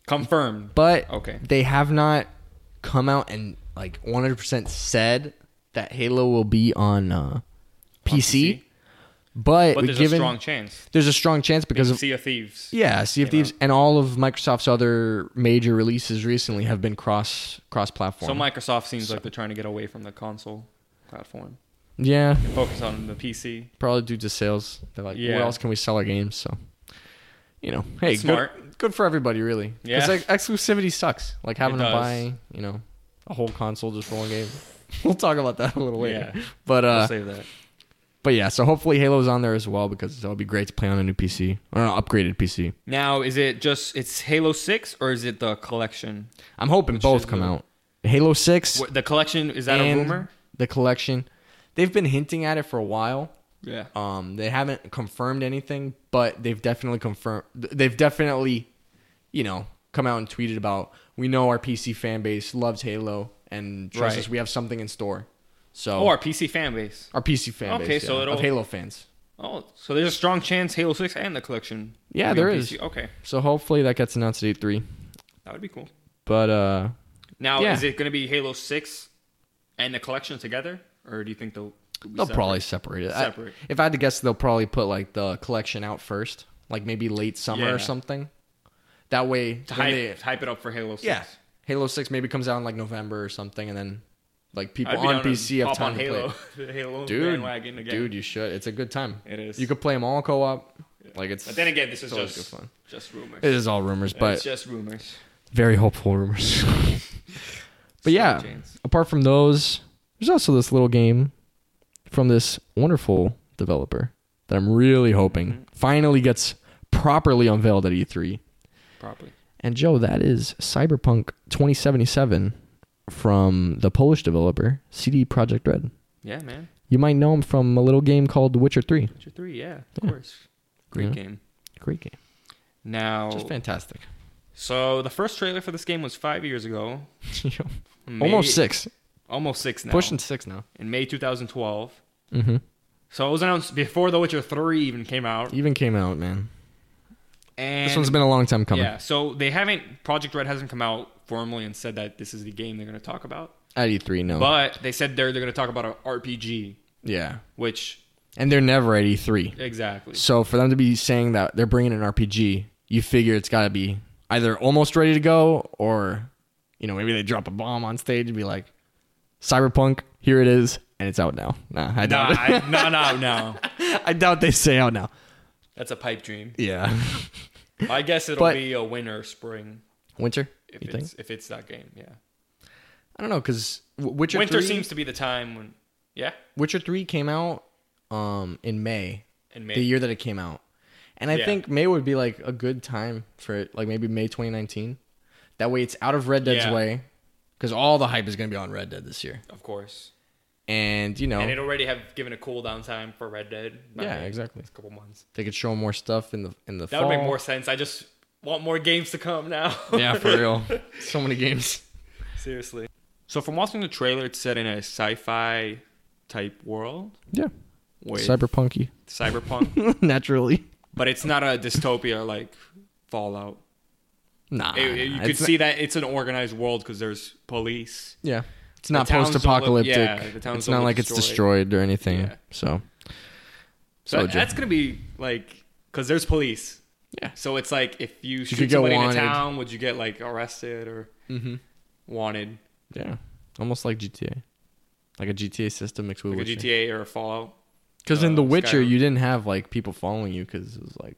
Speaker 3: Confirmed.
Speaker 2: but
Speaker 3: Okay.
Speaker 2: they have not come out and like 100% said that Halo will be on uh, PC,
Speaker 3: PC.
Speaker 2: But,
Speaker 3: But there's
Speaker 2: given
Speaker 3: a strong chance.
Speaker 2: there's a strong chance because of
Speaker 3: Sea of Thieves.
Speaker 2: yeah, Sea of
Speaker 3: came
Speaker 2: Thieves and all of Microsoft's other major releases recently have been cross cross platform.
Speaker 3: So Microsoft seems like they're trying to get away from the console platform,
Speaker 2: yeah,
Speaker 3: focus on the PC.
Speaker 2: probably due to sales. They're like,
Speaker 3: Yeah.
Speaker 2: what else can we sell our games? So, you know, hey,
Speaker 3: That's
Speaker 2: good,
Speaker 3: smart.
Speaker 2: good for everybody, really.
Speaker 3: Yeah.
Speaker 2: Because like, exclusivity sucks. Like having
Speaker 3: It
Speaker 2: to
Speaker 3: does.
Speaker 2: buy, you know, a whole console just for one game. we'll talk about that a little later.
Speaker 3: Yeah.
Speaker 2: But
Speaker 3: I'll
Speaker 2: uh,
Speaker 3: save that.
Speaker 2: but yeah, so hopefully Halo's on there as well because it'll be great to play on a new PC or an upgraded PC.
Speaker 3: Now, is it just it's Halo Six or is it the collection?
Speaker 2: I'm hoping
Speaker 3: Which
Speaker 2: both
Speaker 3: is
Speaker 2: come
Speaker 3: the-
Speaker 2: out. Halo Six
Speaker 3: What, the collection is that
Speaker 2: and
Speaker 3: a rumor?
Speaker 2: the collection. They've been hinting at it for a while.
Speaker 3: Yeah.
Speaker 2: Um, they haven't confirmed anything, but they've definitely confirmed. They've definitely, you know, come out and tweeted about. We know our PC fan base loves Halo, and trust
Speaker 3: Right.
Speaker 2: us, we have something in store. So
Speaker 3: Oh, our PC fan base.
Speaker 2: our PC fan
Speaker 3: Okay,
Speaker 2: base,
Speaker 3: so
Speaker 2: yeah,
Speaker 3: it'll-
Speaker 2: of Halo fans.
Speaker 3: Oh, so there's a strong chance Halo Six and the collection.
Speaker 2: Yeah,
Speaker 3: will be on
Speaker 2: there is.
Speaker 3: PC. Okay,
Speaker 2: So hopefully that gets announced at E three.
Speaker 3: that would be cool.
Speaker 2: But uh,
Speaker 3: Now,
Speaker 2: Yeah.
Speaker 3: is it going to be Halo Six and the collection together, or do you think they'll? be
Speaker 2: they'll
Speaker 3: separate?
Speaker 2: probably separate it. I-
Speaker 3: Separate.
Speaker 2: if I had to guess, they'll probably put like the collection out first, like maybe late summer
Speaker 3: Yeah.
Speaker 2: or something. That way,
Speaker 3: to
Speaker 2: when
Speaker 3: hype,
Speaker 2: they-
Speaker 3: to hype it up for Halo Six.
Speaker 2: Yeah. Halo 6 maybe comes out in like November or something, and then like people
Speaker 3: I'd be
Speaker 2: on
Speaker 3: down to
Speaker 2: PC have
Speaker 3: hop
Speaker 2: time
Speaker 3: on
Speaker 2: to
Speaker 3: Halo,
Speaker 2: play.
Speaker 3: the Halo
Speaker 2: it. Dude,
Speaker 3: bandwagon again.
Speaker 2: dude, you should. It's a good time.
Speaker 3: It is.
Speaker 2: You could play them all co op. Like it's.
Speaker 3: But then again, this is
Speaker 2: it's always
Speaker 3: just
Speaker 2: good fun.
Speaker 3: just rumors.
Speaker 2: It is all rumors,
Speaker 3: it's
Speaker 2: but
Speaker 3: just rumors.
Speaker 2: very hopeful rumors. but
Speaker 3: Slim
Speaker 2: yeah,
Speaker 3: chance.
Speaker 2: apart from those, there's also this little game from this wonderful developer that I'm really hoping
Speaker 3: Mm-hmm.
Speaker 2: finally gets properly unveiled at E E3.
Speaker 3: probably.
Speaker 2: And Joe, that is Cyberpunk 2077 from the Polish developer CD Projekt Red.
Speaker 3: Yeah, man.
Speaker 2: You might know him from a little game called The Witcher 3.
Speaker 3: Witcher Three. Yeah, of
Speaker 2: Yeah.
Speaker 3: course. Great
Speaker 2: Yeah.
Speaker 3: game.
Speaker 2: Great game.
Speaker 3: Now,
Speaker 2: Just fantastic.
Speaker 3: so the first trailer for this game was five years ago. May-
Speaker 2: Almost six.
Speaker 3: Almost six now.
Speaker 2: Pushing six now.
Speaker 3: in May 2012.
Speaker 2: Mm-hmm.
Speaker 3: So it was announced before The Witcher 3 even came out.
Speaker 2: Even came out, man.
Speaker 3: And
Speaker 2: This one's been a long time coming.
Speaker 3: Yeah, so they haven't Project Red hasn't come out formally and said that this is the game they're going to talk about.
Speaker 2: At E3, no.
Speaker 3: But they said they're they're going to talk about an RPG,
Speaker 2: yeah.
Speaker 3: which
Speaker 2: And they're never at E3.
Speaker 3: exactly.
Speaker 2: So for them to be saying that they're bringing an RPG, you figure it's got to be either almost ready to go or, you know, maybe they drop a bomb on stage and be like, Cyberpunk, here it is, and it's out now. Nah,
Speaker 3: Nah,
Speaker 2: I doubt it.
Speaker 3: I, no, no, no.
Speaker 2: I doubt they say out now.
Speaker 3: That's a pipe dream.
Speaker 2: Yeah.
Speaker 3: I guess it'll
Speaker 2: But-
Speaker 3: be a winter spring
Speaker 2: Winter,
Speaker 3: if
Speaker 2: you
Speaker 3: it's
Speaker 2: think?
Speaker 3: if it's that game. Yeah,
Speaker 2: I don't know, because Witcher
Speaker 3: winter
Speaker 2: 3,
Speaker 3: seems to be the time when yeah
Speaker 2: Witcher 3 came out um, in May,
Speaker 3: in May.
Speaker 2: the year that it came out. And I
Speaker 3: Yeah.
Speaker 2: think May would be like a good time for it, like maybe May 2019. That way it's out of Red Dead's
Speaker 3: Yeah.
Speaker 2: way, because all the hype is going to be on Red Dead this year.
Speaker 3: of course.
Speaker 2: and you know
Speaker 3: And it already have given a cool down time for Red Dead. by
Speaker 2: Oh. Yeah,
Speaker 3: May.
Speaker 2: exactly.
Speaker 3: It's a couple months.
Speaker 2: they could show more stuff in the in the
Speaker 3: That
Speaker 2: fall.
Speaker 3: would make more sense. I just want more games to come now.
Speaker 2: yeah for real so many games
Speaker 3: Seriously. So from watching the trailer, it's set in a sci-fi type world
Speaker 2: yeah
Speaker 3: with
Speaker 2: cyberpunky
Speaker 3: cyberpunk,
Speaker 2: naturally
Speaker 3: but it's not a dystopia like Fallout.
Speaker 2: nah
Speaker 3: It- it- you
Speaker 2: nah,
Speaker 3: could
Speaker 2: Ah, it's not-
Speaker 3: see that it's an organized world because there's police.
Speaker 2: yeah it's not
Speaker 3: the towns
Speaker 2: post-apocalyptic
Speaker 3: don't look- yeah, the towns
Speaker 2: it's
Speaker 3: don't
Speaker 2: not
Speaker 3: look
Speaker 2: like it's
Speaker 3: destroyed.
Speaker 2: destroyed or anything
Speaker 3: Yeah.
Speaker 2: so
Speaker 3: So
Speaker 2: Soldier.
Speaker 3: that- that's gonna be like because there's police.
Speaker 2: Yeah.
Speaker 3: So it's like if you shoot
Speaker 2: could get
Speaker 3: somebody
Speaker 2: wanted.
Speaker 3: in a town, would you get like arrested or
Speaker 2: Mhm.
Speaker 3: wanted,
Speaker 2: yeah almost like GTA like a GTA system mixed with
Speaker 3: like a
Speaker 2: Witcher
Speaker 3: GTA or a Fallout?
Speaker 2: because in
Speaker 3: uh,
Speaker 2: The Witcher
Speaker 3: Skyrim.
Speaker 2: you didn't have like people following you because it was like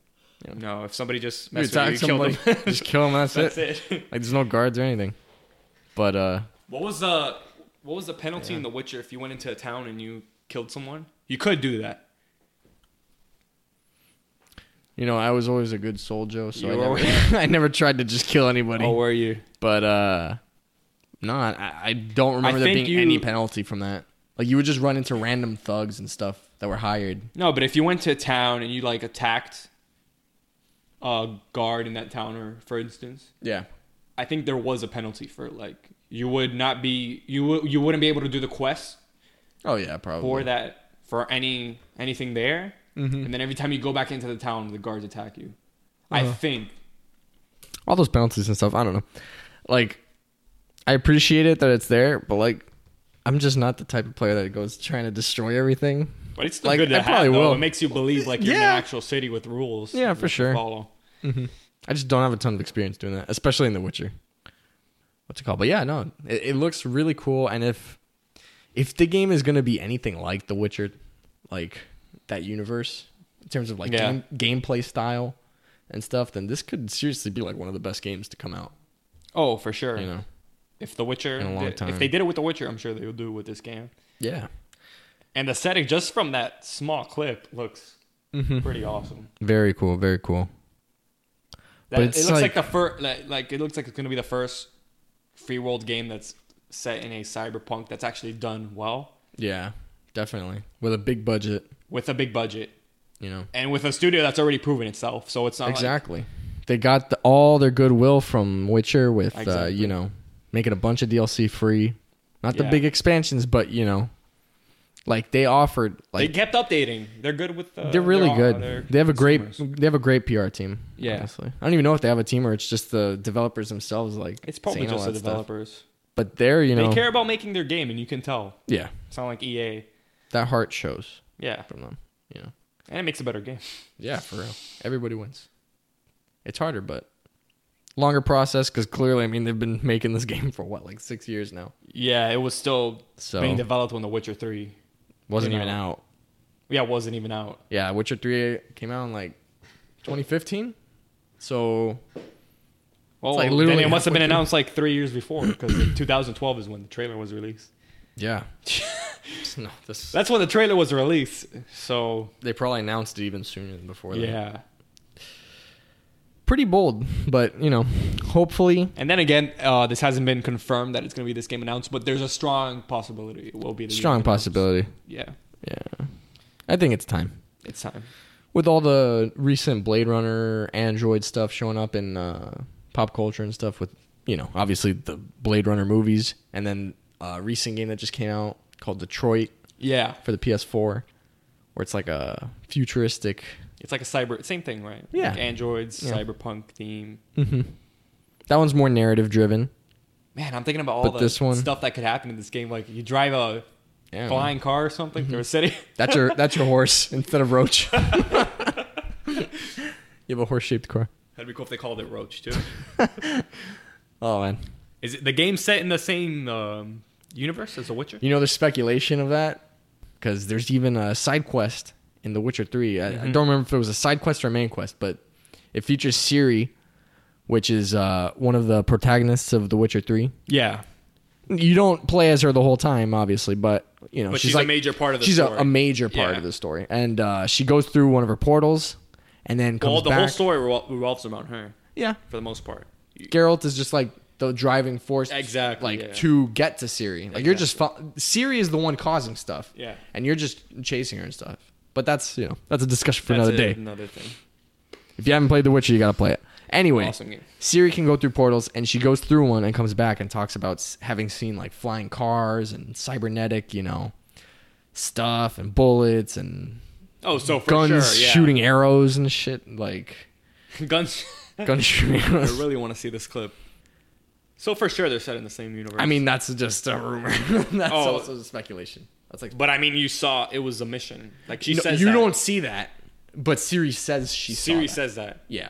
Speaker 3: No, if somebody just
Speaker 2: you
Speaker 3: messed with you,
Speaker 2: attack
Speaker 3: you kill them.
Speaker 2: somebody just kill them that's,
Speaker 3: That's
Speaker 2: it.
Speaker 3: it.
Speaker 2: like there's no guards or anything but uh
Speaker 3: What was the what was the penalty in The Witcher if you went into a town and you killed someone? You could do that.
Speaker 2: You know, I was always a good soldier, so I
Speaker 3: You
Speaker 2: never,
Speaker 3: always-
Speaker 2: I never tried to just kill anybody.
Speaker 3: Oh, were you?
Speaker 2: But uh no, I, I don't remember there
Speaker 3: think
Speaker 2: being
Speaker 3: you-
Speaker 2: any penalty from that. Like you would just run into random thugs and stuff that were hired.
Speaker 3: No, but if you went to a town and you like attacked a guard in that town, or for instance,
Speaker 2: Yeah.
Speaker 3: I think there was a penalty for like you would not be you w- you wouldn't be able to do the quest
Speaker 2: Oh yeah, probably.
Speaker 3: for that for any anything there,
Speaker 2: Mm-hmm.
Speaker 3: and then every time you go back into the town, the guards attack you.
Speaker 2: Uh-huh.
Speaker 3: I think
Speaker 2: All those penalties and stuff, I don't know. Like I appreciate it that it's there, but like I'm just not the type of player that goes trying to destroy everything.
Speaker 3: But it's still
Speaker 2: Like,
Speaker 3: good to
Speaker 2: I
Speaker 3: have.
Speaker 2: probably
Speaker 3: though.
Speaker 2: will.
Speaker 3: It makes you believe like you're in
Speaker 2: Yeah.
Speaker 3: an actual city with rules.
Speaker 2: Yeah, for
Speaker 3: to
Speaker 2: sure.
Speaker 3: Follow.
Speaker 2: I just don't have a ton of experience doing that, especially in The Witcher. What's it called? But yeah, no, it, it looks really cool. And if if the game is gonna be anything like The Witcher, like that universe in terms of like
Speaker 3: Yeah.
Speaker 2: game, gameplay style and stuff, then this could seriously be like one of the best games to come out.
Speaker 3: Oh, for sure.
Speaker 2: You know?
Speaker 3: If The Witcher,
Speaker 2: In a long
Speaker 3: did- if
Speaker 2: time.
Speaker 3: they did it with The Witcher, I'm sure they'll do it with this game.
Speaker 2: Yeah,
Speaker 3: And the setting, just from that small clip, looks pretty awesome.
Speaker 2: very cool, very cool.
Speaker 3: That,
Speaker 2: But
Speaker 3: it
Speaker 2: it's
Speaker 3: looks like,
Speaker 2: like-
Speaker 3: the first, like, like it looks like it's gonna be the first free world game that's set in a cyberpunk that's actually done well
Speaker 2: Yeah, definitely with a big budget.
Speaker 3: with a big budget
Speaker 2: You know,
Speaker 3: and with a studio that's already proven itself. So it's not like-
Speaker 2: exactly. they got the, all their goodwill from Witcher with uh,
Speaker 3: Exactly.
Speaker 2: you know making a bunch of DLC free, not the
Speaker 3: Yeah.
Speaker 2: big expansions, but you know, like they offered
Speaker 3: they
Speaker 2: like
Speaker 3: kept updating. They're good with. The,
Speaker 2: they, are really
Speaker 3: their-
Speaker 2: good.
Speaker 3: their
Speaker 2: They have a great
Speaker 3: consumers.
Speaker 2: they have a great PR team.
Speaker 3: Yeah.
Speaker 2: honestly. I don't even know if they have a team or it's just the developers themselves. Like
Speaker 3: It's probably
Speaker 2: saying all
Speaker 3: just the
Speaker 2: that stuff.
Speaker 3: developers.
Speaker 2: but they're you know
Speaker 3: They care about making their game, and you can tell.
Speaker 2: yeah
Speaker 3: It's not like EA.
Speaker 2: that heart shows
Speaker 3: Yeah,
Speaker 2: from them. You know
Speaker 3: and it makes a better game.
Speaker 2: yeah for real everybody wins. It's harder but longer process because clearly I mean they've been making this game for what like six years now.
Speaker 3: Yeah, it was still
Speaker 2: So-
Speaker 3: being developed when The Witcher Three.
Speaker 2: Wasn't
Speaker 3: You
Speaker 2: even
Speaker 3: know.
Speaker 2: out.
Speaker 3: Yeah, wasn't even out.
Speaker 2: Yeah, Witcher 3 came out in like 2015. So,
Speaker 3: Well,
Speaker 2: like
Speaker 3: then
Speaker 2: literally
Speaker 3: it must have been
Speaker 2: halfway through.
Speaker 3: announced like three years before because 2012 is when the trailer was released.
Speaker 2: yeah. no, this,
Speaker 3: That's when the trailer was released. So
Speaker 2: they probably announced it even sooner than before that.
Speaker 3: yeah,
Speaker 2: Pretty bold, but, you know, hopefully.
Speaker 3: and then again, uh, this hasn't been confirmed that it's going to be this game announced, but there's a strong possibility it will be. The game
Speaker 2: Strong
Speaker 3: announced.
Speaker 2: possibility.
Speaker 3: Yeah,
Speaker 2: Yeah. I think it's time.
Speaker 3: it's time.
Speaker 2: With all the recent Blade Runner, Android stuff showing up in uh, pop culture and stuff, with, you know, obviously the Blade Runner movies, and then a recent game that just came out called Detroit
Speaker 3: Yeah,
Speaker 2: for the PS4, where it's like a futuristic
Speaker 3: it's like a cyber same thing, right?
Speaker 2: Yeah.
Speaker 3: like androids,
Speaker 2: Yeah.
Speaker 3: cyberpunk theme.
Speaker 2: That one's more narrative driven.
Speaker 3: Man, I'm thinking about all
Speaker 2: But
Speaker 3: the
Speaker 2: this one-
Speaker 3: stuff that could happen in this game. Like you drive a
Speaker 2: Yeah, Mm-hmm.
Speaker 3: flying car or something through a city.
Speaker 2: That's your that's your horse instead of Roach. you have a horse shaped car.
Speaker 3: That'd be cool if they called it Roach too.
Speaker 2: Oh man,
Speaker 3: Is it the game set in the same um, universe as The Witcher?
Speaker 2: you know there's speculation of that because there's even a side quest in The Witcher Three. I,
Speaker 3: Mm-hmm.
Speaker 2: I don't remember if it was a side quest or a main quest, but it features Ciri, which is uh, one of the protagonists of The Witcher Three.
Speaker 3: Yeah,
Speaker 2: You don't play as her the whole time, obviously, but you know
Speaker 3: but
Speaker 2: she's,
Speaker 3: she's,
Speaker 2: like
Speaker 3: a major part of the
Speaker 2: she's a,
Speaker 3: story.
Speaker 2: a major part
Speaker 3: Yeah.
Speaker 2: of the story, and uh, she goes through one of her portals, and then comes
Speaker 3: well, the
Speaker 2: back.
Speaker 3: whole story revol- revolves around her
Speaker 2: Yeah,
Speaker 3: for the most part.
Speaker 2: Geralt is just like the driving force,
Speaker 3: Exactly,
Speaker 2: like
Speaker 3: yeah.
Speaker 2: to get to Ciri. Like you're just fo- Ciri is the one causing stuff,
Speaker 3: Yeah.
Speaker 2: and you're just chasing her and stuff. But that's you know that's a discussion for
Speaker 3: That's
Speaker 2: another
Speaker 3: it,
Speaker 2: day.
Speaker 3: Another thing.
Speaker 2: If you haven't played The Witcher, you gotta play it. Anyway,
Speaker 3: Awesome game.
Speaker 2: Siri can go through portals, and she goes through one and comes back and talks about s- having seen like flying cars and cybernetic, you know, stuff and bullets and
Speaker 3: Oh, so for
Speaker 2: guns
Speaker 3: sure, yeah.
Speaker 2: shooting arrows and shit, like
Speaker 3: guns. I
Speaker 2: guns shooting arrows.
Speaker 3: really want to see this clip. So for sure, they're set in the same universe.
Speaker 2: I mean, that's just a rumor. that's
Speaker 3: Oh.
Speaker 2: also speculation. That's like
Speaker 3: but I mean, you saw it was a mission. Like she
Speaker 2: No,
Speaker 3: says,
Speaker 2: you
Speaker 3: that.
Speaker 2: don't see that, but Siri says she saw
Speaker 3: Siri
Speaker 2: that.
Speaker 3: says that.
Speaker 2: yeah.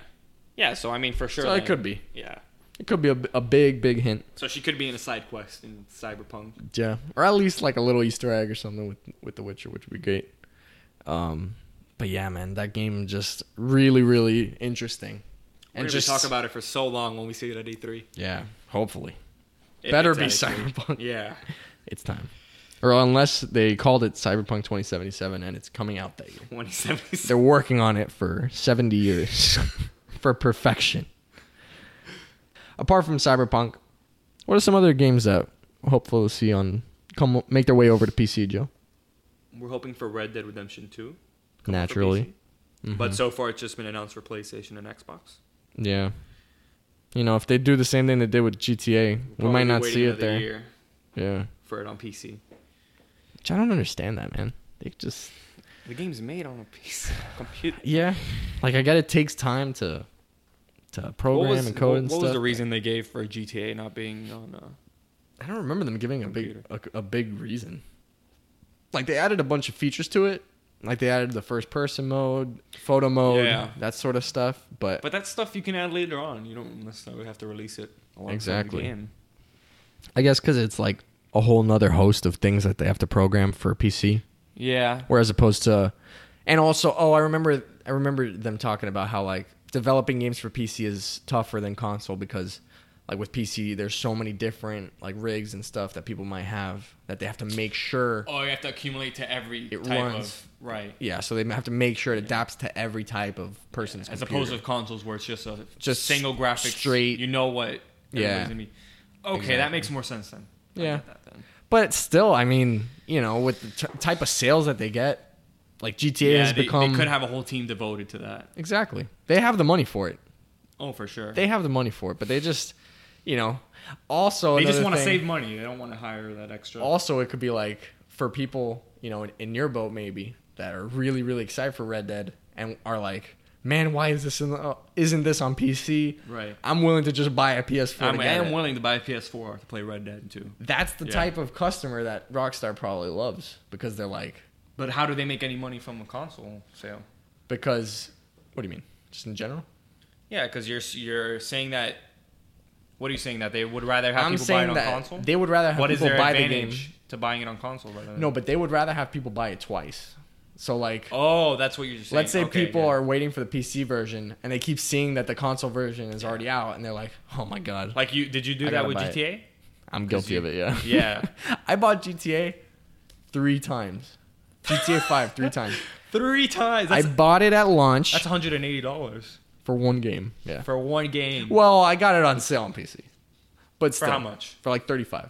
Speaker 3: Yeah, so I mean, for sure.
Speaker 2: So it
Speaker 3: then-
Speaker 2: could be.
Speaker 3: Yeah.
Speaker 2: It could be a, a big, big hint.
Speaker 3: So she could be in a side quest in Cyberpunk.
Speaker 2: Yeah, or at least like a little Easter egg or something with with The Witcher, which would be great. Um, but yeah, man, that game just really, really interesting.
Speaker 3: We're and just talk about it for so long when we see it at E E3.
Speaker 2: yeah, hopefully
Speaker 3: If
Speaker 2: better be
Speaker 3: it's at E3.
Speaker 2: Cyberpunk.
Speaker 3: Yeah.
Speaker 2: It's time. or unless they called it Cyberpunk 2077 and it's coming out that year.
Speaker 3: 2077.
Speaker 2: They're working on it for 70 years for perfection. Apart from Cyberpunk, what are some other games that we're hopeful to see on come make their way over to PC, Joe?
Speaker 3: We're hoping for Red Dead Redemption 2. Come out for
Speaker 2: Naturally. Mm-hmm.
Speaker 3: PC. But so far, it's just been announced for PlayStation and Xbox.
Speaker 2: Yeah. You know, if they do the same thing they did with GTA, we
Speaker 3: Probably
Speaker 2: might
Speaker 3: be
Speaker 2: not
Speaker 3: waiting
Speaker 2: see it
Speaker 3: another
Speaker 2: there.
Speaker 3: year
Speaker 2: Yeah.
Speaker 3: for it on PC.
Speaker 2: Which I don't understand that, man. They just
Speaker 3: The game's made on a PC computer.
Speaker 2: Yeah. Like I get it takes time to to program and code
Speaker 3: what,
Speaker 2: and
Speaker 3: what
Speaker 2: stuff.
Speaker 3: was the reason they gave for GTA not being on? Uh,
Speaker 2: I don't remember them giving a big a, a big reason. Like they added a bunch of features to it. Like they added the first person mode, photo mode,
Speaker 3: Yeah.
Speaker 2: that sort of stuff, but,
Speaker 3: but that's stuff you can add later on. You don't necessarily have to release it. alongside the
Speaker 2: Exactly.
Speaker 3: game.
Speaker 2: I guess cuz it's like a whole nother host of things that they have to program for PC.
Speaker 3: Yeah.
Speaker 2: whereas opposed to and also oh i remember i remember them talking about how like developing games for pc is tougher than console because like with pc there's so many different like rigs and stuff that people might have that they have to make sure
Speaker 3: Oh, you have to accumulate to every
Speaker 2: It type runs. of-
Speaker 3: right.
Speaker 2: yeah so they have to make sure it adapts to every type of person's
Speaker 3: As
Speaker 2: computer.
Speaker 3: opposed to consoles where it's just a
Speaker 2: Just
Speaker 3: single graphics.
Speaker 2: straight-
Speaker 3: You know what?
Speaker 2: Yeah.
Speaker 3: everybody's Gonna be. Okay, that makes more sense then. I
Speaker 2: Yeah.
Speaker 3: get that then.
Speaker 2: but still i mean you know with the t- type of sales that they get like gta
Speaker 3: Yeah,
Speaker 2: has
Speaker 3: they,
Speaker 2: become
Speaker 3: they could have a whole team devoted to that.
Speaker 2: exactly they have the money for it
Speaker 3: Oh, for sure. They,
Speaker 2: they have the money for it but they just you know also
Speaker 3: just
Speaker 2: another
Speaker 3: want to
Speaker 2: thing-
Speaker 3: save money. They don't want to hire that extra.
Speaker 2: also it could be like for people you know in, in your boat maybe that are really really excited for red dead and are like man why is this in the, uh, isn't this on pc
Speaker 3: Right.
Speaker 2: i'm willing to just buy a ps4
Speaker 3: I'm,
Speaker 2: to
Speaker 3: I
Speaker 2: get
Speaker 3: am
Speaker 2: it.
Speaker 3: willing to buy a PS4 to play Red Dead 2.
Speaker 2: that's the
Speaker 3: Yeah.
Speaker 2: type of customer that rockstar probably loves because they're like
Speaker 3: But how do they make any money from a console sale?
Speaker 2: because what do you mean just in general
Speaker 3: Yeah, because you're you're saying that. What are you saying that they would rather have
Speaker 2: i'm
Speaker 3: people buy it
Speaker 2: saying
Speaker 3: on
Speaker 2: that
Speaker 3: console?
Speaker 2: they would rather have
Speaker 3: what is
Speaker 2: people
Speaker 3: their
Speaker 2: buy the game
Speaker 3: advantage to buying it on console rather than
Speaker 2: no but they would rather have people buy it twice so like
Speaker 3: Oh, that's what you're saying.
Speaker 2: Let's say
Speaker 3: Okay,
Speaker 2: people
Speaker 3: yeah.
Speaker 2: are waiting for the PC version and they keep seeing that the console version is already out and they're like, "Oh my god,
Speaker 3: like you. Did you do
Speaker 2: I
Speaker 3: that
Speaker 2: gotta
Speaker 3: with
Speaker 2: buy it.
Speaker 3: GTA?
Speaker 2: I'm guilty
Speaker 3: you-
Speaker 2: of it." Yeah.
Speaker 3: Yeah.
Speaker 2: I bought GTA 3 times. GTA 5 3 times.
Speaker 3: Three times.
Speaker 2: I
Speaker 3: That's,
Speaker 2: bought it at launch
Speaker 3: that's 180 dollars
Speaker 2: for one game. Yeah.
Speaker 3: for one game.
Speaker 2: Well, I got it on sale on PC. But
Speaker 3: For
Speaker 2: still,
Speaker 3: how much?
Speaker 2: For like 35.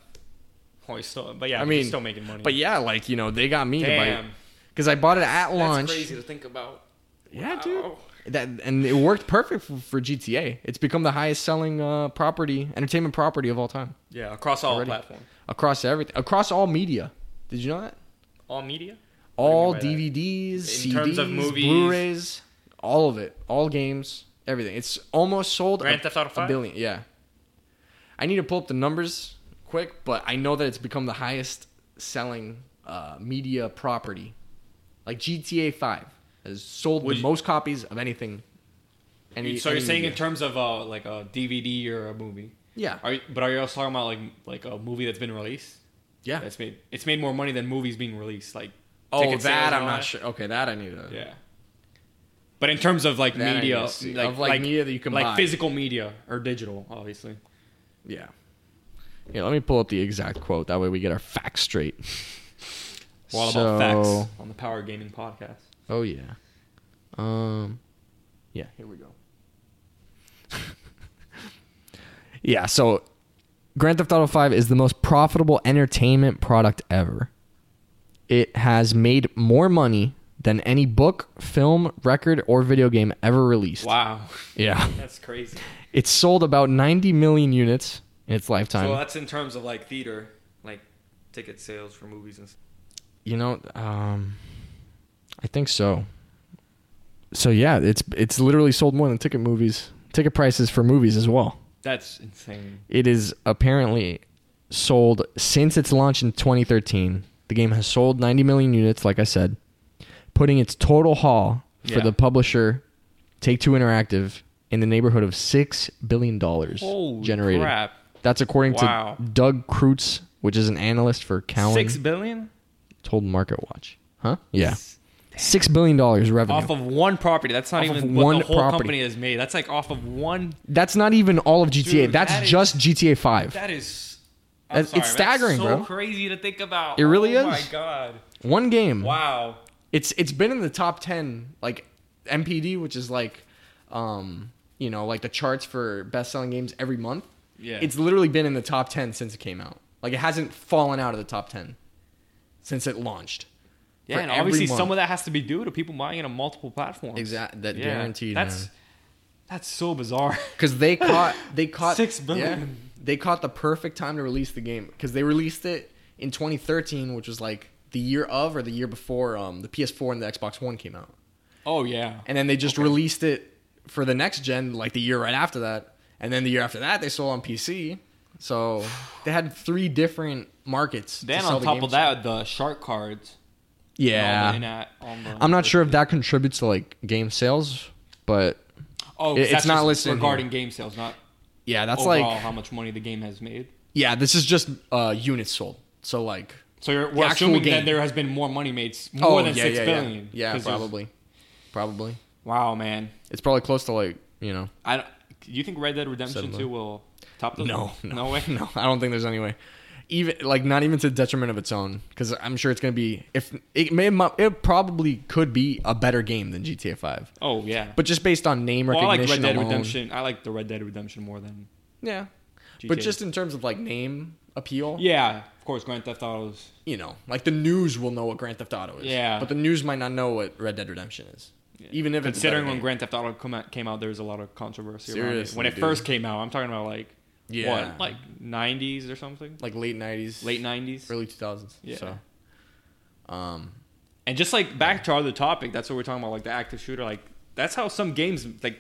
Speaker 3: Oh, he's still, but yeah,
Speaker 2: I
Speaker 3: but he's
Speaker 2: mean,
Speaker 3: still making money.
Speaker 2: But yeah, like, you know, they got me to buy
Speaker 3: damn,
Speaker 2: it cuz I bought it at launch.
Speaker 3: that's crazy to think about.
Speaker 2: Yeah, dude.
Speaker 3: Wow.
Speaker 2: That and it worked perfect for, for GTA. It's become the highest selling uh, property, entertainment property of all time.
Speaker 3: Yeah, across all
Speaker 2: Already.
Speaker 3: platforms,
Speaker 2: across everything, across all media. Did you know that?
Speaker 3: all media. do you mean
Speaker 2: All
Speaker 3: by that?
Speaker 2: DVDs,
Speaker 3: In
Speaker 2: CDs,
Speaker 3: terms of movies?
Speaker 2: Blu-rays, all of it, all games, everything. It's almost sold
Speaker 3: Grand
Speaker 2: a,
Speaker 3: Theft Auto
Speaker 2: a
Speaker 3: 5?
Speaker 2: billion. Yeah, I need to pull up the numbers quick, but I know that it's become the highest selling uh, media property. Like GTA Five has sold
Speaker 3: Would
Speaker 2: the
Speaker 3: you-
Speaker 2: most copies of anything. Any,
Speaker 3: so you're
Speaker 2: any
Speaker 3: saying in
Speaker 2: media.
Speaker 3: terms of uh, like a DVD or a movie?
Speaker 2: yeah,
Speaker 3: Are you, but are you also talking about like like a movie that's been released?
Speaker 2: yeah.
Speaker 3: That's made it's made more money than movies being released. Like
Speaker 2: oh,
Speaker 3: ticket sales
Speaker 2: that
Speaker 3: and
Speaker 2: I'm
Speaker 3: all
Speaker 2: not sure. Okay, that I need to.
Speaker 3: Yeah. But in terms of like
Speaker 2: That I need
Speaker 3: media,
Speaker 2: to
Speaker 3: like,
Speaker 2: see. Of, like, media that you can
Speaker 3: like
Speaker 2: buy.
Speaker 3: physical media or digital, obviously.
Speaker 2: Yeah. Yeah, let me pull up the exact quote. That way we get our facts straight.
Speaker 3: We're all about facts on the Power Gaming Podcast.
Speaker 2: Oh yeah. Um yeah, here we go. yeah, so Grand Theft Auto 5 is the most profitable entertainment product ever. It has made more money than any book, film, record, or video game ever released.
Speaker 3: Wow,
Speaker 2: Yeah.
Speaker 3: that's crazy.
Speaker 2: It sold about 90 million units in its lifetime.
Speaker 3: So that's in terms of like theater, like ticket sales for movies and stuff.
Speaker 2: You know, um, I think so. So yeah, it's it's literally sold more than ticket movies, ticket prices for movies as well.
Speaker 3: That's insane.
Speaker 2: It is apparently sold since its launch in 2013. The game has sold 90 million units, like I said, putting its total haul for
Speaker 3: Yeah.
Speaker 2: the publisher Take Two Interactive in the neighborhood of six billion dollars
Speaker 3: Holy
Speaker 2: generated.
Speaker 3: crap!
Speaker 2: That's according
Speaker 3: Wow.
Speaker 2: to Doug Kreutz, which is an analyst for Cowen
Speaker 3: Six billion
Speaker 2: told Market Watch. Huh? Yeah. Six billion dollars revenue.
Speaker 3: off of one property. That's not
Speaker 2: Off of
Speaker 3: even what
Speaker 2: one
Speaker 3: the whole
Speaker 2: property.
Speaker 3: company has made. That's like off of one.
Speaker 2: That's not even all of GTA.
Speaker 3: Dude,
Speaker 2: That's
Speaker 3: that is-
Speaker 2: just GTA Five.
Speaker 3: That is
Speaker 2: It- it's staggering,
Speaker 4: so
Speaker 2: bro.
Speaker 4: crazy to think about.
Speaker 2: It really
Speaker 4: oh
Speaker 2: is.
Speaker 4: my god.
Speaker 2: One game.
Speaker 4: Wow.
Speaker 2: It's it's been in the top ten, like MPD, which is like, um, you know, like the charts for best selling games every month.
Speaker 4: Yeah.
Speaker 2: It's literally been in the top ten since it came out. Like it hasn't fallen out of the top ten since it launched.
Speaker 4: yeah,
Speaker 2: for
Speaker 4: and
Speaker 2: every
Speaker 4: obviously
Speaker 2: month.
Speaker 4: some of that has to be due to people buying it on multiple platforms.
Speaker 2: Exact. That
Speaker 4: Yeah,
Speaker 2: guaranteed.
Speaker 4: That's that's so bizarre.
Speaker 2: because they caught they caught
Speaker 4: Six billion.
Speaker 2: they caught the perfect time to release the game because they released it in 2013, which was like the year of or the year before um, the PS4 and the Xbox One came out,
Speaker 4: oh yeah.
Speaker 2: and then they just released it for the next gen like the year right after that, and then the year after that they sold on PC. So they had three different markets. to
Speaker 4: Then
Speaker 2: sell
Speaker 4: on
Speaker 2: the
Speaker 4: top
Speaker 2: game
Speaker 4: of
Speaker 2: to.
Speaker 4: that, the shark cards.
Speaker 2: yeah,
Speaker 4: On the, in- on the,
Speaker 2: I'm not sure if that contributes to like game sales, but
Speaker 4: Oh, 'cause
Speaker 2: It- it's
Speaker 4: that's
Speaker 2: not
Speaker 4: just
Speaker 2: listed in here.
Speaker 4: regarding game sales, not
Speaker 2: yeah, that's
Speaker 4: overall
Speaker 2: like
Speaker 4: how much money the game has made.
Speaker 2: yeah, this is just uh, units sold. So like
Speaker 4: So you're, we're
Speaker 2: actual
Speaker 4: assuming
Speaker 2: game. Oh,
Speaker 4: that there has been more money made, s- more than six billion.
Speaker 2: Yeah,
Speaker 4: 'Cause there's-
Speaker 2: probably. Probably.
Speaker 4: Wow, man.
Speaker 2: It's probably close to like, you know.
Speaker 4: I don't- you think Red Dead Redemption
Speaker 2: Seven
Speaker 4: Two will top those?
Speaker 2: No, no,
Speaker 4: no way.
Speaker 2: No, I don't think there's any way. Even like not even to detriment of its own cuz I'm sure it's going to be if it may mu- it probably could be a better game than GTA 5.
Speaker 4: Oh yeah.
Speaker 2: But just based on name
Speaker 4: well, I like
Speaker 2: recognition
Speaker 4: Red Dead
Speaker 2: alone-
Speaker 4: Redemption. I like the Red Dead Redemption more than
Speaker 2: Yeah. But
Speaker 4: GTA.
Speaker 2: just in terms of like name appeal,
Speaker 4: yeah. Of course, Grand Theft Auto's.
Speaker 2: you know, like the news will know what Grand Theft Auto is.
Speaker 4: Yeah.
Speaker 2: But the news might not know what Red Dead Redemption is. Even if it's a better
Speaker 4: Considering when
Speaker 2: game.
Speaker 4: Grand Theft Auto come out, came out, there was a lot of controversy around it.
Speaker 2: Seriously,
Speaker 4: When it
Speaker 2: dude.
Speaker 4: first came out, I'm talking about like
Speaker 2: Yeah.
Speaker 4: what, like 90s or something,
Speaker 2: like late 90s,
Speaker 4: late 90s.
Speaker 2: early 2000s.
Speaker 4: Yeah.
Speaker 2: So um
Speaker 4: And just like back to our other topic, that's what we're talking about, like the active shooter. Like that's how some games like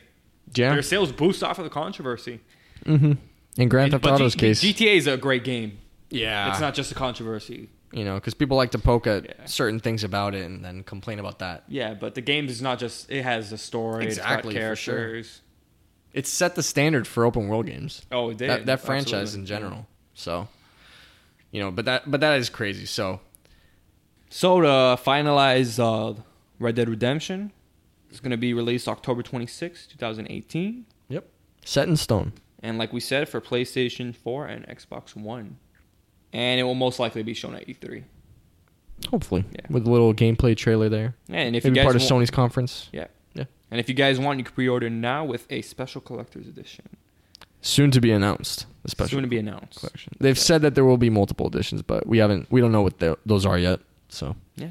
Speaker 2: yeah.
Speaker 4: their sales boost off of the controversy.
Speaker 2: In Grand Theft
Speaker 4: But
Speaker 2: Auto's
Speaker 4: G-
Speaker 2: case, Ah.
Speaker 4: GTA is a great game.
Speaker 2: yeah,
Speaker 4: It's not just a controversy.
Speaker 2: you know because people like to poke at
Speaker 4: Yeah.
Speaker 2: certain things about it and then complain about that.
Speaker 4: Yeah, but the game is not just it has a story, exactly,
Speaker 2: Exactly, for
Speaker 4: it's got
Speaker 2: sure.
Speaker 4: characters.
Speaker 2: It set the standard for open world games.
Speaker 4: Oh, it did.
Speaker 2: that, that franchise
Speaker 4: Absolutely.
Speaker 2: in general. So, you know, but that but that is crazy. So
Speaker 3: So to finalize uh, Red Dead Redemption, it's going to be released October 26, 2018.
Speaker 2: yep, set in stone.
Speaker 3: And like we said, for PlayStation 4 and Xbox One. And it will most likely be shown at E E3.
Speaker 2: Hopefully,
Speaker 3: Yeah.
Speaker 2: with a little gameplay trailer there.
Speaker 3: And if you
Speaker 2: Maybe
Speaker 3: guys
Speaker 2: part of
Speaker 3: want-
Speaker 2: Sony's conference.
Speaker 3: Yeah.
Speaker 2: Yeah.
Speaker 3: And if you guys want, you can pre-order now with a special collector's edition.
Speaker 2: Soon to be announced. The special
Speaker 3: Soon to be announced.
Speaker 2: collection. They've said that there will be multiple editions, but we haven't. We don't know what the- those are yet. So
Speaker 3: Yeah.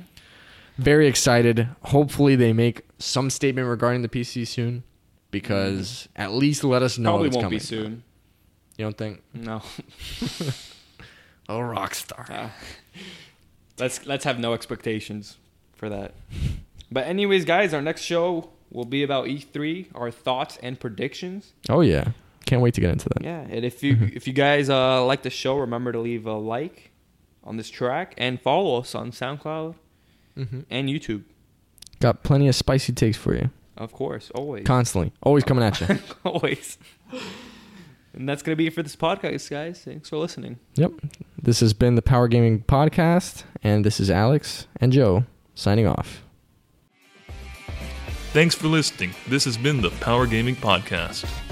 Speaker 2: very excited. Hopefully, they make some statement regarding the PC soon, because at least let us know.
Speaker 4: Mm-hmm. Probably
Speaker 2: it's
Speaker 4: won't
Speaker 2: coming.
Speaker 4: be soon.
Speaker 2: You don't think?
Speaker 4: No.
Speaker 2: Oh, Rockstar.
Speaker 3: Ah.
Speaker 4: Uh, let's let's have no expectations.
Speaker 3: for that. But anyways, guys, our next show will be about E3, our thoughts and predictions.
Speaker 2: Oh yeah, can't wait to get into that.
Speaker 3: Yeah, and if you if you guys uh, like the show, remember to leave a like on this track and follow us on SoundCloud
Speaker 4: Mm-hmm.
Speaker 2: Mhm.
Speaker 3: and YouTube,
Speaker 2: Got plenty of spicy takes for you,
Speaker 3: of course, always,
Speaker 2: constantly, always coming at you.
Speaker 3: always. and that's gonna be it for this podcast, guys. Thanks for listening.
Speaker 2: yep. This has been the Power Gaming Podcast, and this is Alex and Joe signing off.
Speaker 5: Thanks for listening. This has been the Power Gaming Podcast.